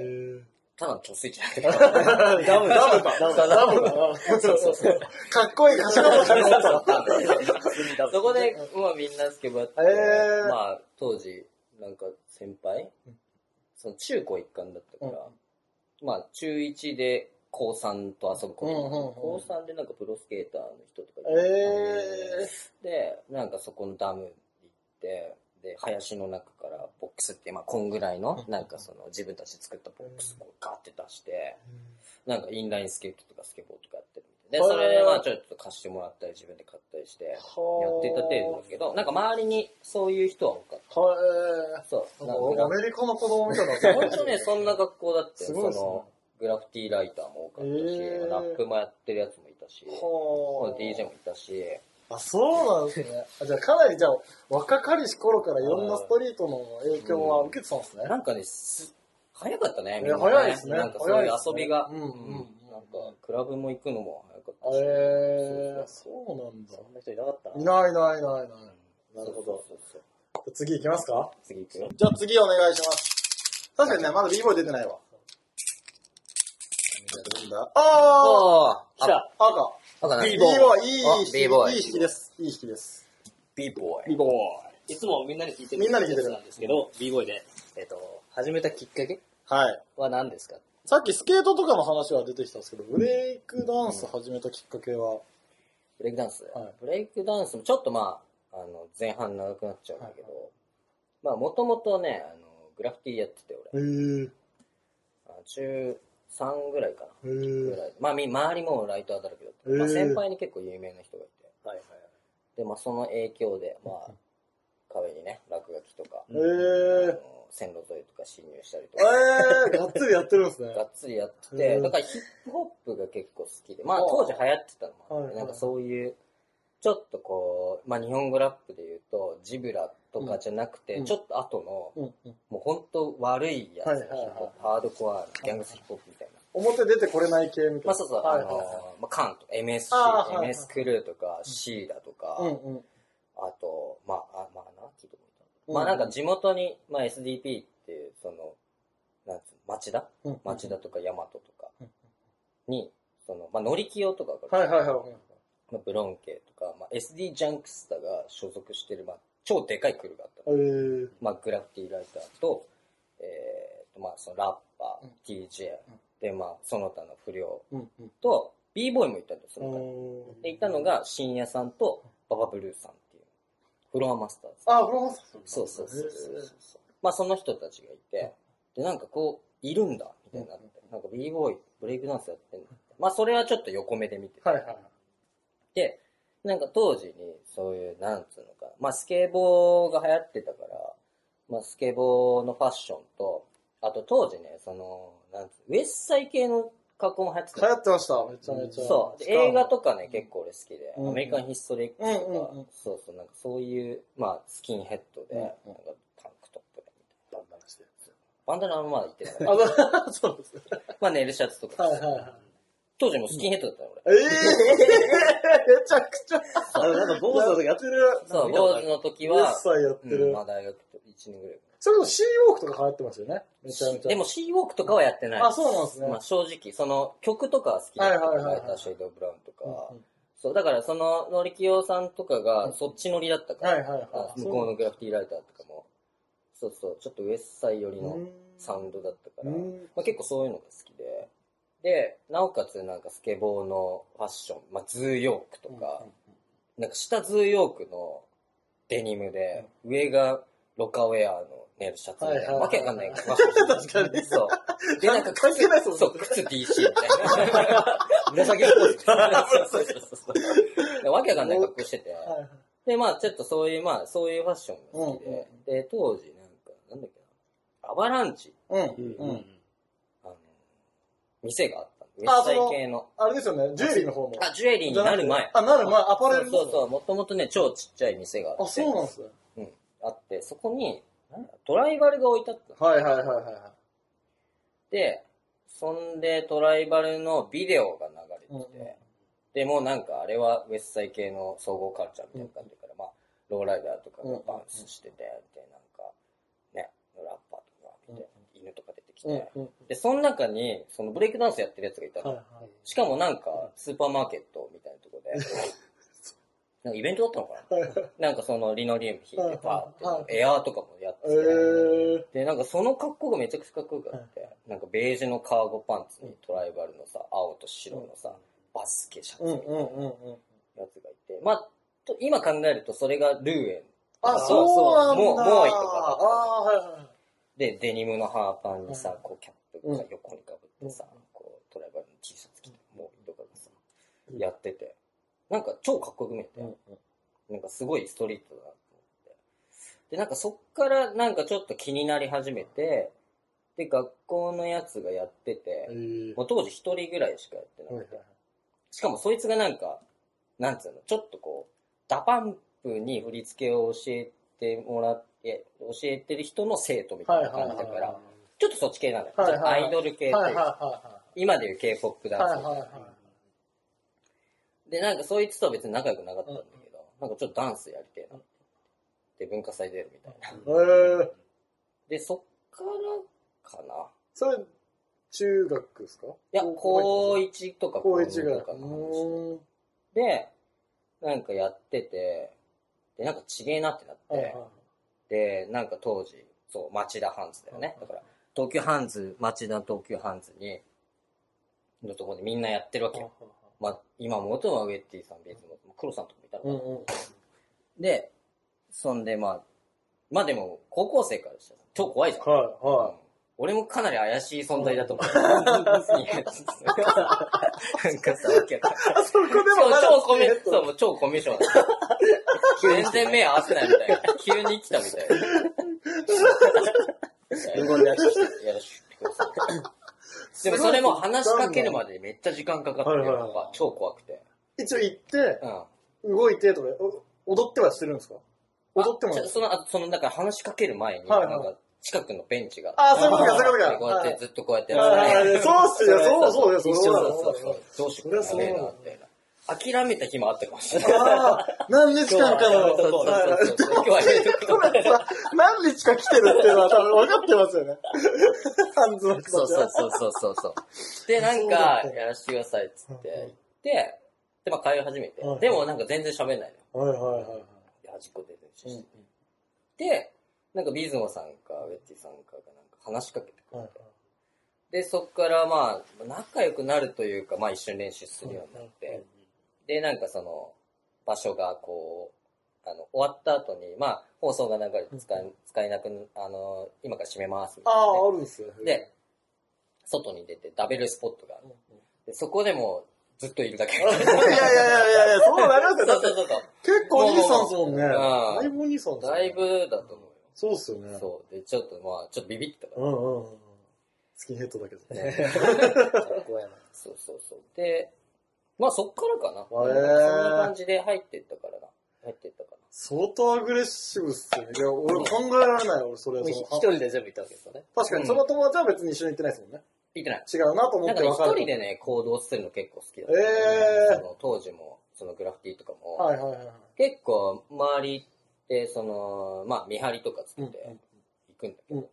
S4: ただの貯水池だけど
S2: <laughs>
S4: ダ
S2: ダム、ダム
S1: <laughs>
S2: か。
S1: ダムだ、ダムだ。
S4: そうそうそう
S2: かっこいい頭の髪だった。
S4: そこで、まあ、みんなスケボーやってて、
S2: へー
S4: まあ当時なんか先輩
S2: うん
S4: その中高一貫だったから、
S2: うん
S4: まあ中1で高3と遊ぶことになっ
S2: うん
S4: て、
S2: うんうん
S4: 高3でなんかプロスケーターの人とかい <laughs> て
S2: え
S4: で、なんかそこのダムに行って、で、林の中からボックスって、まあ、こんぐらいの、なんかその自分たちで作ったボックスをこうガーって出して、なんかインラインスケートとかスケボーとかやってるみたいで、
S2: はい
S4: それはちょっと貸してもらったり自分で買ったりして、や
S2: ー。
S4: ってた程度だけど、なんか周りにそういう人は多かっ
S2: 度。は
S4: た。そ
S2: えー。
S4: う。な
S2: なんか
S4: ん
S2: ア
S4: か
S2: メリカの子供みたいな。 <laughs>
S4: 本当ね、そんな学校だって、
S2: す
S4: そ
S2: ごいですね
S4: の、グラフィティライターも多かったし、
S2: へー
S4: ラップもやってるやつもいたし、
S2: はあ
S4: DJ もいたし、
S2: あ、そうなんですね。あじゃあかなり、じゃあ、若かりし頃からいろんなストリートの影響は受けてたんですね。
S4: なんかね、す早かったね、
S2: え
S4: みんな、ね。
S2: 早いですね
S4: なんかそういう遊びが。
S2: 早いですねうんうん
S4: なんか、クラブも行くのも早かったし。
S2: えー、そうなんだ。
S1: そんな人いなかった
S2: い
S1: な。
S2: ないいないいないいない。
S4: なるほど。そうそうそう
S2: 次行きますか
S4: 次行くよ。
S2: じゃあ次お願いします。確かにね、まだ b ボー出てないわ。なんだあ
S4: あ
S1: 来た。
S2: ー赤。
S4: あか
S2: b
S4: ね
S2: ボーいい
S4: あ B
S2: 引
S4: ボ
S2: き、
S4: ーイ
S2: いい引きです。いい引きです。
S4: b ボーイ。
S1: b ボーイ。いつもみんなで聞いてる
S2: みんなで聞いてる
S1: やつなんですけど、b ボーイで、えっと、始めたきっかけ
S2: はい。
S1: は何ですか
S2: さっきスケートとかの話は出てきたんですけど、ブレイクダンス始めたきっかけは、
S4: ブレイクダンス
S2: はい。
S4: ブレイクダンスもちょっとまあ、あの、前半長くなっちゃうんだけど、まあ、もともとね、あの、グラフィティやってて、
S2: へ
S4: 俺。
S2: ー、
S4: あ中3ぐらいかな。
S2: へ
S4: ぐ
S2: ー、
S4: らい。まあ、み周りもライターだらけだった。まあ、
S2: へー
S4: 先輩に結構有名な人がいて。
S1: はいはい。
S4: で、まあ、その影響で、まあ、壁にね、落書きとか、
S2: へー
S4: あ。の線路沿いとか侵入したりとか、
S2: えー、がっつりやってるん
S4: <laughs>
S2: ですね。
S4: がっつりやって
S2: う
S4: て、
S2: ん
S4: だからヒップホップが結構好きで、まあ
S2: ああ
S4: 当時流行ってたのもあ
S2: は
S4: っ
S2: い
S4: て、なんかそういう、ちょっとこう、まあ日本語ラップで言うと、ジブラとかじゃなくて、
S2: うん
S4: ちょっと後の、
S2: うんうん、
S4: もう本当悪いやつ、
S2: はいはいはい
S4: ヒップホップハードコア、ギャングスヒップホップみたいな。
S2: 表出てこれない系みたいな。
S4: まあそうそう、
S2: は
S4: あ
S2: いはいはい
S4: の、まあカンとか、MSC
S2: ああはい、はい
S4: MS クルーとか、シーダとか、
S2: うんうん。
S4: あと、まあ、あまあ、な、聞いてもいいか
S2: うん
S4: まあ、なんか地元に、まあ、SDP っていう、その、なんつうの、町田
S2: うん
S4: 町田とか大和とか
S2: うん
S4: に、その、まあ、乗り気用とかが、
S2: はいはいはい。
S4: まあ、ブロンケとか、まあ、SD ジャンクスタが所属してる、まあ、超でかいクルーがあったの
S2: えー、
S4: まあ、グラフィティライターと、えーとまあ、そのラッパー、
S2: うん
S4: DJ、で、まあ、その他の不良
S2: うんうん。
S4: と、b ボーイもいたんですよ、その中に
S2: おー
S4: で、いたのが、深夜さんと、ババブルーさんっていう、フロアマスターズ。
S2: あ、フロマスターズ
S4: そうそうそう
S2: へ
S4: そう
S2: ー
S4: そう。まあ、その人たちがいて、で、なんかこう、いるんだ、みたいになって、なんか b ボーイ、ブレイクダンスやってんだって。まあ、それはちょっと横目で見てて。
S2: はいはい。
S4: で、なんか当時にそういう、なんつうのか、まあスケボーが流行ってたから、まあスケボーのファッションと、あと当時ね、その、なんつうウエッサイ系の格好も流行っ
S2: 流
S4: てた。
S2: 行ってました、めちゃめちゃ。
S4: そう。で
S2: しかも
S4: 映画とかね、結構俺好きで、
S2: うん
S4: アメリカンヒストリックスとか、
S2: うんうんうん
S4: そうそう、なんかそういう、まあスキンヘッドで、
S2: うんうん
S4: なんかタンクトップでみたいな。
S1: バンバンして。
S4: バンダナはまだ言ってない。
S2: あ、そうそうですね。
S4: まあネイルシャツとか。
S2: はいはいはい。
S4: 当時もスキンヘッドだったの俺。 <laughs>
S2: ええー、めちゃくちゃ。
S1: あ、でもなんか坊主の時やってる。
S4: そう、
S1: なんか見たこと
S4: 坊
S1: ある
S4: 主の時
S2: 10
S4: は、
S2: 歳やって
S4: うん、
S2: る
S4: ま。あ大学1年ぐらい。
S2: それこそシーウォークとか流行ってますよね。めちゃめちゃ。
S4: でも、シーウォークとかはやってない。
S2: あ、そうなんですね。
S4: まあ、正直、その曲とかは好きだった
S2: はいはいはいはい
S4: ライターシェイド・ブラウンとか、
S2: うんうん
S4: そう、だからその、のりきよさんとかが、そっち乗りだったから、
S2: はいはいはい
S4: あ。向こうのグラフィティライターとかも、そうそう、ちょっとウエストサイ寄り
S2: う
S4: の
S2: ん
S4: サウンドだったから、
S2: うん
S4: まあ、結構そういうのが好きで、で、なおかつなんかスケボーのファッション、まあ、ズーヨークとか、なんか下ズーヨークのデニムで、上がロカウェアのネイルシャツみ
S2: は
S4: たいな、
S2: いはいはい
S4: わけわかんないファッション
S2: 確かに
S4: そう。で、なん
S2: <laughs>
S4: か
S2: 関係ないですもんね
S4: そう、靴 DC みたい
S2: <laughs>
S4: な。紫っぽい。 <laughs> そうそうそうそうでわけわかんない格好してて。
S2: はいはい
S4: で、まあちょっとそういう、まあそういうファッションが好きで、
S2: うんうん
S4: で、当時なんか、なんだっけな、アバランチ、
S2: うん。
S1: うんうん。
S4: あの、店があったの。ウェ
S2: あ
S4: ッサイ系の。
S2: あれですよね、ジュエリーの方も。
S4: あ、ジュエリーになる前。
S2: あ、なる前、アパレ
S4: そう
S2: ルの
S4: そうそう、もともとね、超ちっちゃい店があって。
S2: あ、そうなんですね。
S4: うんあって、そこに、なんだトライバルが置いてあったの。
S2: はいはいはいはいは
S4: で、そんでトライバルのビデオが流れてて、
S2: うんうん
S4: で、もうなんかあれはウェストサイ系の総合カルチャーみたいな感じだから、まあ、ローライダーとかがバウンスしてて、で、なんか、ね、ラッパーとか見て、犬とか出てきて、
S2: い。うんうん
S4: で、その中に、そのブレイクダンスやってるやつがいたの。
S2: はいはい
S4: しかもなんか、スーパーマーケットみたいなとこで、
S2: <laughs>
S4: なんかイベントだったのかな、なんかそのリノリウム引いて、パーって、エアーとかもやって
S2: え
S4: て、
S2: ー、
S4: で、なんかその格好がめちゃくちゃかっこよくあって、なんかベージュのカーゴパンツにトライバルのさ、青と白のさ、バスケシャツ
S2: う
S4: み
S2: ん
S4: たいな
S2: うん
S4: や
S2: うんうん。
S4: つがいて、まあ、と今考えるとそれがルーエン。
S2: あ、
S4: そう
S2: そうなんだ。
S4: もうもういいとかだった
S2: あー、はいはいはい。
S4: で、デニムのハーパンにさ
S2: う、ん
S4: こうキャップが横にかぶってさ、こうトライバルの T シャツ着て、もうとかがさ、やってて、なんか超かっこよく見えて、なんかすごいストリートだなと思って。で、なんかそっからなんかちょっと気になり始めて、で、学校のやつがやってて、
S2: え
S4: もう当時一人ぐらいしかやってなくて、しかもそいつがなんか、なんつうの、ちょっとこう、ダパンプに振り付けを教えてもらって、教えてる人の生徒みたいな感じだ
S2: はいは
S4: か
S2: いはい
S4: ら、ちょっとそっち系なんだよ。
S2: はいはいはい
S4: ちょっとアイドル系
S2: ー
S4: というか、
S2: はいはいは
S4: 今でいう K-POP ダ
S2: い
S4: ンス
S2: は
S4: みた
S2: い
S4: な、
S2: はい。はいはいはい。
S4: で、なんかそいつとは別に仲良くなかったんだけど、なんかちょっとダンスやりてえな。で、文化祭出るみたいな。
S2: えー、
S4: で、そっからかな。
S2: それ、中学ですかい
S4: いや、高1とか
S2: 高
S4: 二
S2: 一ぐらい
S4: と
S2: か。
S4: か
S2: う
S4: の話
S2: ーん。
S4: で、なんかやってて、で、なんかちげえなってなって、
S2: はいはい
S4: で、なんか当時、そう、町田ハンズだよね。だから、東急ハンズ、町田東急ハンズに、のとこでみんなやってるわけよ。まあ、今元はウェッティさん、ベースも、黒さんとかもいたのか
S2: う
S4: なん
S2: うん。
S4: で、そんでまあ、まあでも、高校生からしたら超怖いじゃん。
S2: はい
S4: うん
S2: は
S4: 俺もかなり怪しい存在だと
S2: <laughs>
S4: 思う。 <laughs> なんかさ、わけわかんない
S2: い。あそこでも
S4: そう、超コミ
S2: ッ、
S4: そう、もう超コミュ障だ全然目合わせないみたいな。急に来たみ
S2: <laughs>
S4: たいな。
S1: 無言でやってき
S4: やらしてください。でもそれも話しかけるまでにめっちゃ時間かかって、
S2: はいはいはい
S4: なんか超怖くて。
S2: 一応行って
S4: う、ん。
S2: 動いてとか、お踊ってはしてるんですか踊っても
S4: ちょその、あその、だから話しかける前に、
S2: はいはい
S4: なんか、近くのベンチが
S2: あ、そういうことか、そういう
S4: で
S2: こ
S4: こう
S2: と
S4: や
S2: か。
S4: ってずっとこうやって
S2: はいはい
S4: や
S2: はい
S4: って
S2: はいそうっすよ、そうそうそう、
S4: 一
S2: そ
S4: 緒
S2: う
S4: だ
S2: だ、
S4: そう
S2: そう
S4: どうしようか
S2: そ
S4: な
S2: りゃ
S4: や
S2: そう
S4: べえなみたいな諦めた日もあったかもしれない
S2: だ。ああ、何日間かの、
S4: そうそうそうそう今日はやめとこう
S2: これさ、何日か来てるっていうのは多分分かってますよね。ハンズの人
S4: そう
S2: たち
S4: そう
S2: は。
S4: そうそうそうそうでなん
S2: そうだ
S4: か
S2: った
S4: やらしてくださいっつって言ってで、まあ通い始めて
S2: はい。
S4: でもなんか全然喋んないのよ。
S2: はいはいはいはい。
S4: で端っこで練習してて。で、なんかビズモさんか、ウェッティさんかがなんか話しかけてく
S2: はい
S4: れ
S2: はい
S4: て。で、そっからまあ、仲良くなるというか、まあ一緒に練習するようになっ
S2: うんうん
S4: て、で、なんかその、場所がこう、あの、終わった後に、まあ、放送が流れて使い使えなくな、あの、今から閉めますみ
S2: あ
S4: たいなね、
S2: あ、あるんですよ。
S4: で、外に出てダベルスポットがある
S2: うんうん。
S4: でそこでもうずっといる
S2: <laughs>
S4: だけ。
S2: いやいやいやいやいや、そうなります
S4: そ
S2: よ。だ
S4: うそ
S2: って
S4: うそうそう。
S2: 結構お兄さんですもんね。
S4: ん
S2: だいぶお兄さんですよ
S4: だい。ぶだと思
S2: そうっすよ
S4: う
S2: ね
S4: よ。。そう。で、ちょっとまあ、ちょっとビビってたか
S2: うんうんうん。スキンヘッドだけど。
S4: ら
S2: へ
S4: ね。
S1: こうやな。
S4: そうそうそう。で、まあそっからかな。
S2: ー
S4: そんな感じで入ってったからな。入ってったかな。
S2: 相当アグレッシブっすよね。いや、俺考えられない、俺それ。
S1: もうひ
S2: そ
S1: 一
S2: の
S1: 人で全部行ったわけですよね。
S2: 確かに、その友達は別に一緒に行ってないですもんね。
S4: 行ってない。
S2: 違うなと思
S4: な
S2: っ
S4: んか
S2: て
S4: ね、
S2: 分かる。
S4: 一人でね、行動するの結構好きだった。
S2: えー
S4: その当時も、そのグラフィティとかも、
S2: はいはいはいはい。
S4: 結構周りって、その、まあ見張りとかつけて行くんだけ
S2: うんうん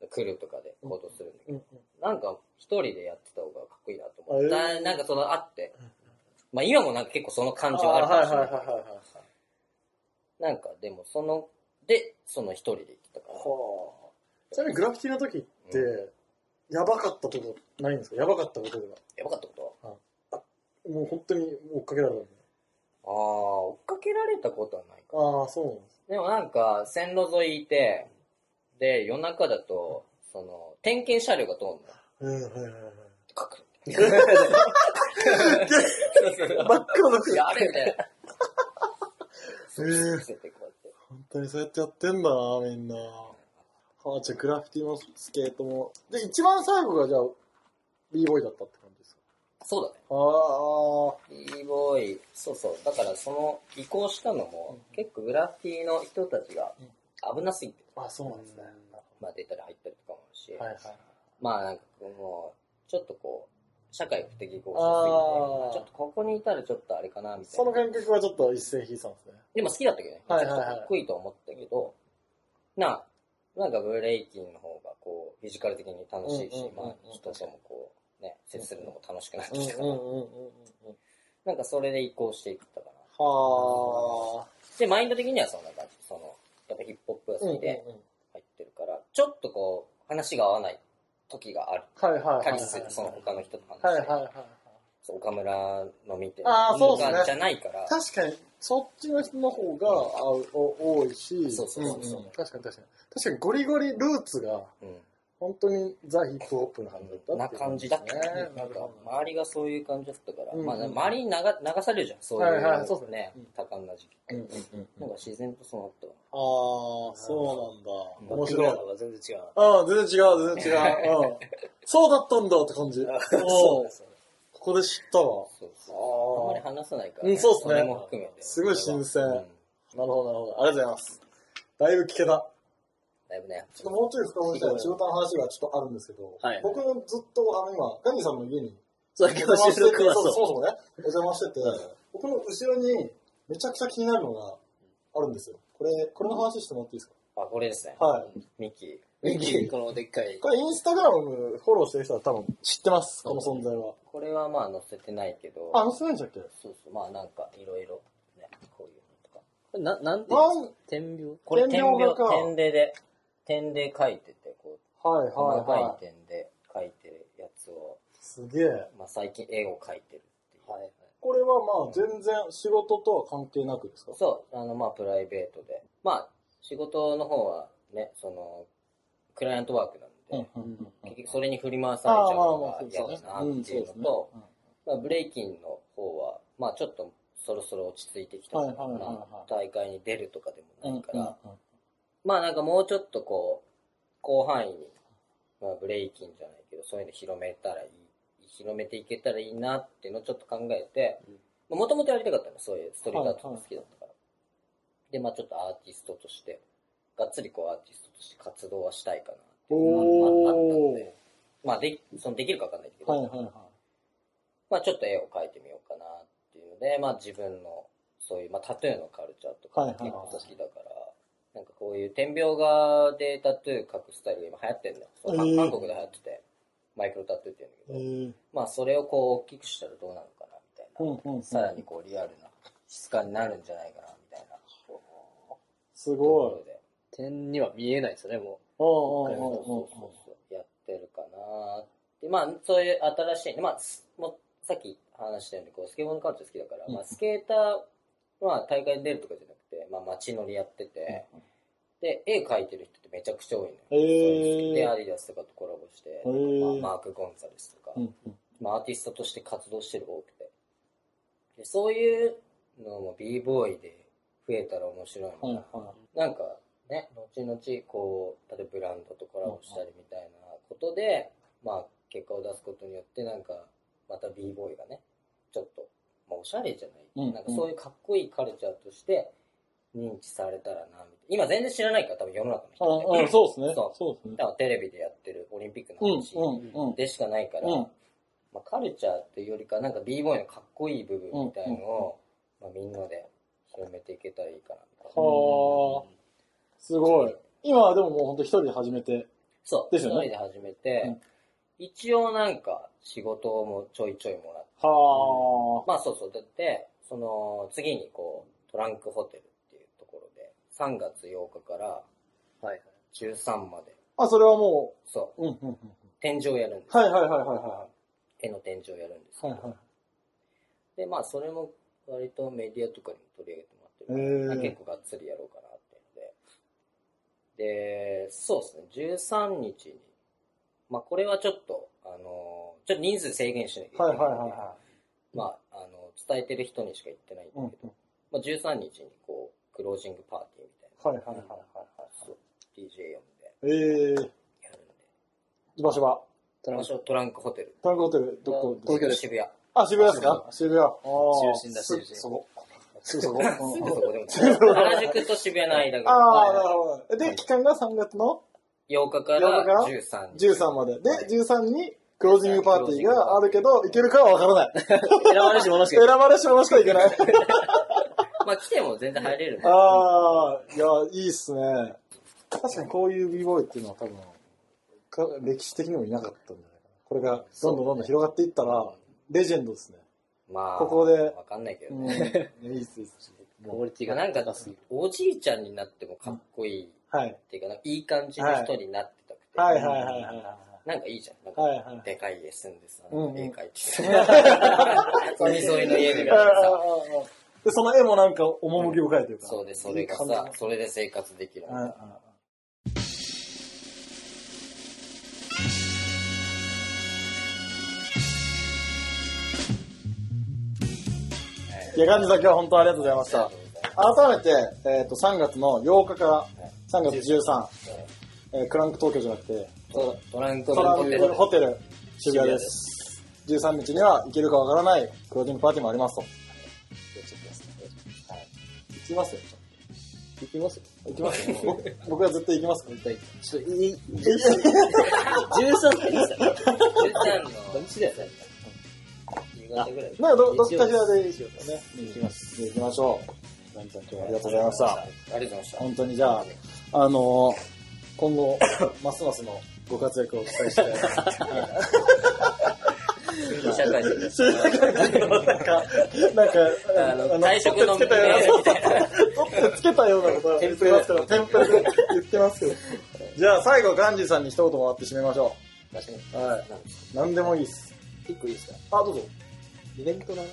S4: ど、来るとかで行動するんだけ
S2: うんうん。
S4: ど、なんか一人でやってた方がかっこいいなと思
S2: えー
S4: って、だなんかそのあって、まあ今もなんか結構その
S2: あ
S4: 感
S2: ー
S4: じはあるか
S2: は
S4: も
S2: い
S4: し
S2: は
S4: れ
S2: い
S4: な
S2: はいい。はいはい。
S4: なんかでもその、で、その一人で行ってたから。
S2: はあ。ちなみにグラフィティの時って、やばかったことないんですかやばかったことでは。
S4: やばかったこと
S2: もう本当に追っかけられたんで。
S4: ああ、追っかけられたことはないか。
S2: ああ、そうなんです。
S4: でもなんか、線路沿いいて、で、夜中だと、その、点検車両が通るの。
S2: うん、はいはいはい。<laughs>
S4: かく。 <laughs>
S2: <laughs> 真っ黒の服。
S4: やれみたいな。
S2: えー、
S4: ついてこうやって。
S2: 本当にそうやってやってんだな、みんな。はあ、じゃあグラフィティもスケートも。で、一番最後がじゃあ、b ボーイだったって感じですか
S4: そうだね。
S2: ああ、
S4: b ボーイ、そうそう。だからその、移行したのも、結構グラフィティの人たちが危なすぎて、
S2: あ、そうなんですね。
S4: まあ出たり入ったりとかもあるし、
S2: はいはい。
S4: まあなんかもう、ちょっとこう、社会不適合者すぎて、ま
S2: あー
S4: あちょっとここにいたらちょっとあれかな、みたい
S2: その
S4: な。
S2: 感覚はちょっと一斉引いたんですね。
S4: でも好きだったけどね。
S2: はい
S4: め
S2: は
S4: ち
S2: い
S4: ゃ
S2: はい
S4: くちゃかっこいいとは思ったけど、なあ、なんかブレイキンの方がこう、フィジカル的に楽し
S2: うんう
S4: い
S2: ん
S4: し
S2: う、ん
S4: まあ人ともこう、ね、接するのも楽しくなって
S2: うんう
S4: きたから
S2: ん、うんうんうん。
S4: なんかそれで移行していったかな。
S2: はあ。
S4: で、マインド的にはそんな感じ。その、やっぱヒップホップが好きで
S2: うんうんうん
S4: 入ってるから、ちょっとこう、話が合わない時がある。
S2: はいはいはい。
S4: たりする、その他の人と話
S2: はい
S4: し
S2: はい
S4: て。
S2: はいはい。
S4: そう岡村の見てる
S2: あーそうっすね
S4: じゃないから、
S2: 確かに、そっちの人の方が合うお多いし、
S4: そうそうそうそうん
S2: ん確かに確かに。確かにゴリゴリルーツが、
S4: う
S2: 本当にザ・ヒップホップな感じだった
S4: ん、な感じだったね。
S2: な
S4: なんん
S2: か
S4: か、周りがそういう感じだったから、
S2: うんうん
S4: まあ、周りに流流されるじゃん、そういう、
S2: はいはいそうっすね
S4: ね、多感な時期。
S2: うんうん
S4: なんか自然とそうなったわ。
S2: ああ、そうなんだ。
S1: バッ
S2: 面白い
S1: クグラウン。ドが全然違うな。
S2: うん、全然違う、全然違 <laughs> う。うん。そうだったんだって感じ。 <laughs>
S1: そ
S2: お
S1: う
S2: う
S1: ですよね。
S2: ここで知ったわ。
S4: そうそうあんまり
S2: あ
S4: 話さないから、
S2: うんそうっすね
S4: れも含めて。
S2: すごい新鮮
S4: うん
S2: あ。なるほど、なるほど。ありがとうございます。だいぶ聞けた。
S4: だいぶね。
S2: ちょっともうちょい深掘りしたい仕事の話がちょっとあるんですけど、
S1: はい
S2: 僕ずっとあの今、ガニさんの家 <laughs> に
S1: そ
S2: お
S1: う、
S2: 邪
S1: 今
S2: 魔
S1: 日
S2: して
S1: 収録
S2: て、
S1: は
S2: そうそ
S1: そう。
S2: もそもね、お邪魔してて、僕の後ろにめちゃくちゃ気になるのがあるんですよ。これ、これの話してもらっていいです
S4: あ、これですね。
S2: かはい。
S4: ミキ。
S1: このでっかい。
S2: これインスタグラムフォローしてる人は多分知ってます、この存在は。
S4: これはまあ載せてないけど、
S2: あ、載せないんじゃっけ
S4: そうそう、まあなんかいろいろ、ね、こういうのと
S1: な、
S4: か。
S1: なんていうん
S2: なん
S1: 点描
S4: これ
S2: 点
S4: 点
S2: 描
S4: 描
S2: か、
S4: 点でで、点で書いてて、こう、
S2: はい
S4: 細
S2: はい
S4: か
S2: はい
S4: い。点で書いてるやつを、
S2: すげえ。
S4: まあ最近絵を描いてるっていう。
S1: はいはい。
S2: これはまあ全然仕事とは関係なくですか
S4: そう、あのまあプライベートで。まあ仕事の方はね、その、クライアントワークなんで、
S2: うんうん
S4: 結局それに振り回
S2: あ
S4: されちゃ
S2: あ、
S4: う
S2: まあ
S4: の
S2: まあ、
S4: が
S2: そうですね
S4: 嫌だな。
S2: うん
S4: って
S2: そう
S4: いう
S2: ですね
S4: のと、まあ、ブレイキンの方は、まあちょっとそろそろ落ち着いてきたか
S2: は
S4: ら、
S2: いはいはいはい
S4: まあ大会に出るとかでもないから、
S2: うん
S4: まあなんかもうちょっとこう、広範囲に、まあブレイキンじゃないけど、そういうの広めたらいい、広めていけたらいいなっていうのをちょっと考えて
S1: うん、
S4: もともとやりたかったの、そういうストリートアートが好きだったから。で、まあちょっとアーティストとして、がっつりこうアーティストとして活動はしたいかなっていうのがあった
S2: お
S4: の
S2: ー。
S4: で、まあで、そのできるかわかんないけど、
S2: はいはいはい。
S4: まあちょっと絵を描いてみようかなっていうので、まあ自分のそういう、まあタトゥーのカルチャーとか
S2: はいはい
S4: 結構好きだから、なんかこういう点描画でタトゥー描くスタイルが今流行ってんだよ。そう
S2: えー
S4: 韓国で流行ってて、マイクロタトゥーって言うんだけど、
S2: えー
S4: まあそれをこう大きくしたらどうなのかなみたいな。
S2: うんうんうん
S4: さらにこうリアルな質感になるんじゃないかな、みたいなと
S2: す
S4: こ
S2: ごい
S4: ろ。で。
S1: 点には見えないですよね、も
S2: うんうん
S4: そう
S2: うんうん
S4: そうそうやってるかなでまあそういう新しいまあすもうさっき話したようにこうスケボーのカルチャー好きだから、
S2: うん
S4: まあ、スケーターは大会に出るとかじゃなくて、まあ、街乗りやってて、で絵描いてる人ってめちゃくちゃ多いのよ、
S2: へー
S4: そういうでアディダスとかとコラボして、
S2: ー
S4: まあマーク・ゴンザレスとか、
S2: うんうん
S4: まあ、アーティストとして活動してる多くてでそういうのも b ボーイで増えたら面白いのか
S2: はい
S4: な、
S2: は
S4: なんかね、後々こう、例えばブランドとコラボしたりみたいなことで、まあ結果を出すことによってなんか、また b ボーイがね、ちょっと、まあおしゃれじゃない、
S2: うん
S4: なんかそういうかっこいいカルチャーとして認知されたらな、みたいな。今全然知らないから多分世の中の人って
S2: い。ああ、そうですね。
S4: そう
S2: そうですね
S4: だ。からテレビでやってるオリンピックの話
S2: うんうんうん。
S4: でしかないから、
S2: うん
S4: まあ、カルチャーっていうよりか、なんか b ボーイのかっこいい部分みたいのを、まあみんなで広めていけたらいいかな、みたいな。
S2: はあ、すごい。今はでももう本当一人で始めて。
S4: そう。
S2: ですよね
S4: 一人で始めて、
S2: うん
S4: 一応なんか仕事もちょいちょいもらって。
S2: は
S4: まあそうそう。だって、その次にこう、トランクホテルっていうところで、3月8日から
S1: う。はい。
S4: 13まで、
S2: あ。あ、それはも、
S4: そう
S2: うんうんうん。
S4: う、天井をやるんです。
S2: はいはいはいはいは
S4: 絵の天井をやるんです
S2: い。
S4: け
S2: は
S4: ど。
S2: いはい。
S4: で、まあそれも割とメディアとかにも取り上げてもらっ
S2: へ
S4: てるあ
S2: ー
S4: 結構がっつりやろうかなっていうので。で、そうですね、13日に、まあこれはちょっと、あのーちょっと人数制限しなきゃいけな
S2: はい
S4: い
S2: はいはいは
S4: まあ、あの、伝えてる人にしか言ってないんだけ
S2: い。う
S4: ど、
S2: んうん。
S4: まあ、13日にこう、クロージングパーティーみたい
S2: はいはいはいはい
S4: な、DJ
S2: はい。えー、
S4: 呼んでやるんで、
S2: 場所は
S1: トラ
S4: 場
S1: ンプ
S4: 所はトランクホテル、
S2: タンクホテル、どこです
S1: 東京です
S4: 渋谷。
S2: あ、渋谷ですか渋谷。ああ。
S1: 中心だ
S2: す
S1: 中心
S2: そこ。
S1: そうそう。
S4: <laughs> すぐそこでも、原宿と渋谷の間が
S2: ああ、
S1: はい
S2: なるほど。で、期間が3月の
S4: 8日
S2: 8
S4: か
S2: 日から
S4: ら13日。
S2: 13まで。で、13にクロージングパーティーがあるけど、行けるかはわからない。
S1: 選ばれし者し
S2: 選
S1: かいない
S2: ばれし者しか行けない。
S4: まあ、来ても全然入れるんで、
S2: ああ、いや、いいっすね。確かにこういう b ボーイっていうのは多分、か歴史的にもいなかったんじゃないかな。これがどんどんどんどん広がっていったら、レジェンドですね。
S4: まあ、
S2: ここで
S4: わかんないけど
S2: うん、
S4: ね。
S2: いいっす、いいっす。
S1: クオリティ
S4: ま
S1: が
S4: あなんか
S1: 高すぎる。、
S4: おじいちゃんになってもかっこいいっ
S2: はい。
S4: ていうか、なんかいい感じの人になってたくて、
S2: はいはいはいはいはい。
S4: なんかいいじゃん。なんか
S2: はいはい。
S4: でかい家住んでさ、
S2: うんうん
S4: 絵描いて <laughs> さ、海沿いの家で描いて
S2: ああ
S4: さ、
S2: ああああで、その絵もなんか、趣を描いてるから。
S4: そうで、それが
S2: いい
S4: さ
S2: 感、じ
S4: それで生活できるみ
S2: の
S4: た
S2: う
S4: い
S2: んうん
S4: な。
S2: いや、ガンジさん今日は本当ありがとうございまし
S4: さ
S2: た
S4: あ。
S2: 改めて、えっ、と、3月の8日から3月13、えークランク東京じゃなくて、
S4: トトランク
S2: トラン
S4: ホテル
S2: クホテル渋谷です。13日には行けるかわからないクロージングパーティーもありますと。行きますよ。
S1: いきます
S2: 行きますよ。僕僕は絶対行きますから。絶
S1: ちょっと、いい、13歳でした。
S4: 13
S1: 土
S4: の
S1: 日だよね。
S4: 夕方ぐらい
S2: 対。なんかど、どっ
S1: 日
S2: ち
S1: 曜
S2: か
S1: 日
S2: しらで行きね。
S1: 行きます。
S2: 行きましょう。ガンジさん今日はありがとうございました。
S4: ありがとうございました。
S2: 本当にじゃあ、あのー今後、ますますのご活躍をお期 <laughs> 待して、
S4: 新社会人で
S2: <laughs>
S4: す。
S2: なんか、なんか、
S4: あの、退職の
S2: 取ってつけたような
S4: みたいな。
S2: 取ってつけたようなことは言ってますけど、テンプレで言ってますけど。じゃあ最後、ガンジーさんに一言もらって締めましょ <laughs>
S4: 確かに
S2: う。は
S4: なんです
S2: い。なんでもいいっす。
S1: 一個いいですか
S2: あ、どうぞ。
S1: イベントの話は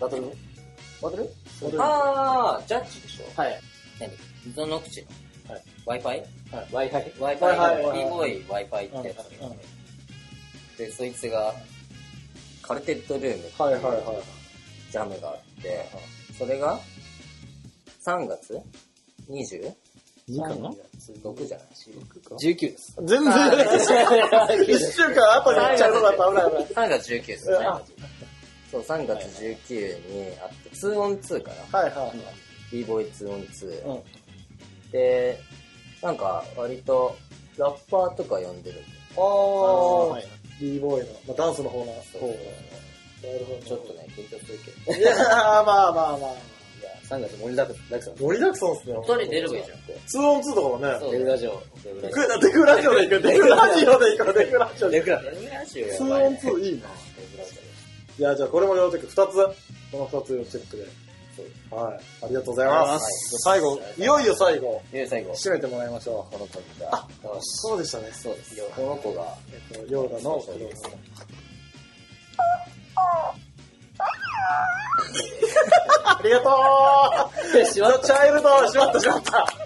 S2: バトル
S1: バトル
S2: バトル
S4: あー、ジャッジでしょ
S1: はい。
S4: 何溝の口の。Wi-Fi?
S1: はい。Wi-Fi。
S4: Wi-Fi
S2: はい
S4: の
S2: はい
S4: b ボーイ Wi-Fi ってやつ
S2: うんうん
S4: で、そいつが、カルテッドルームっていう
S2: はいはいは
S4: ジャムがあって、それが、3月 20?
S2: い。いいかな
S4: 6じゃない
S1: 19です。
S2: 全然、 <laughs> 一週間後に行っちゃうとこだった、危ない危ない。
S4: ?3 月19です
S2: う
S4: ね
S2: ん。あ
S4: そう、3月19にあって、2 on 2かな。
S2: はいはい。
S4: b ボーイ2 on 2。
S2: うん。
S4: で、なんか、割と、ラッパーとか呼んでるんで、
S2: あー、b ボーイの、まあ、ダンスの方の方。なるほど。
S4: ちょっと。ね、緊張するけど。
S2: いやー、まあまあまあ。
S1: 3月盛りだくさん。
S2: 盛りだくさんっすね。
S4: 一人出ればいいじゃん。
S2: 2オン2とかも <laughs> ね。
S4: そう
S1: デブラジオ。
S4: デブ
S2: デ
S4: ラジ
S2: クデクラジオで行く、デクラジオで行く、デクラジオで
S1: デブラ
S2: <laughs>
S4: オ。デブラジオ
S2: 行
S4: や
S2: く。
S4: ばい、ね。
S2: 2オン2いいな。
S4: デブラジ
S2: いや、じゃあこれも両チェック2つ。この2つ両チェックで。はい。ありがとうございます。最後、いよいよ最後、
S4: で、最後、
S2: 締めてもらいましょ
S4: この子が、
S2: う。そうでしたね。
S4: そうです。この子が、
S2: えっと、りょうだ <laughs> の子
S4: そう
S2: 供
S4: で。す
S2: ありがとう
S3: しまっ
S2: <laughs> チャイルドしまったしまった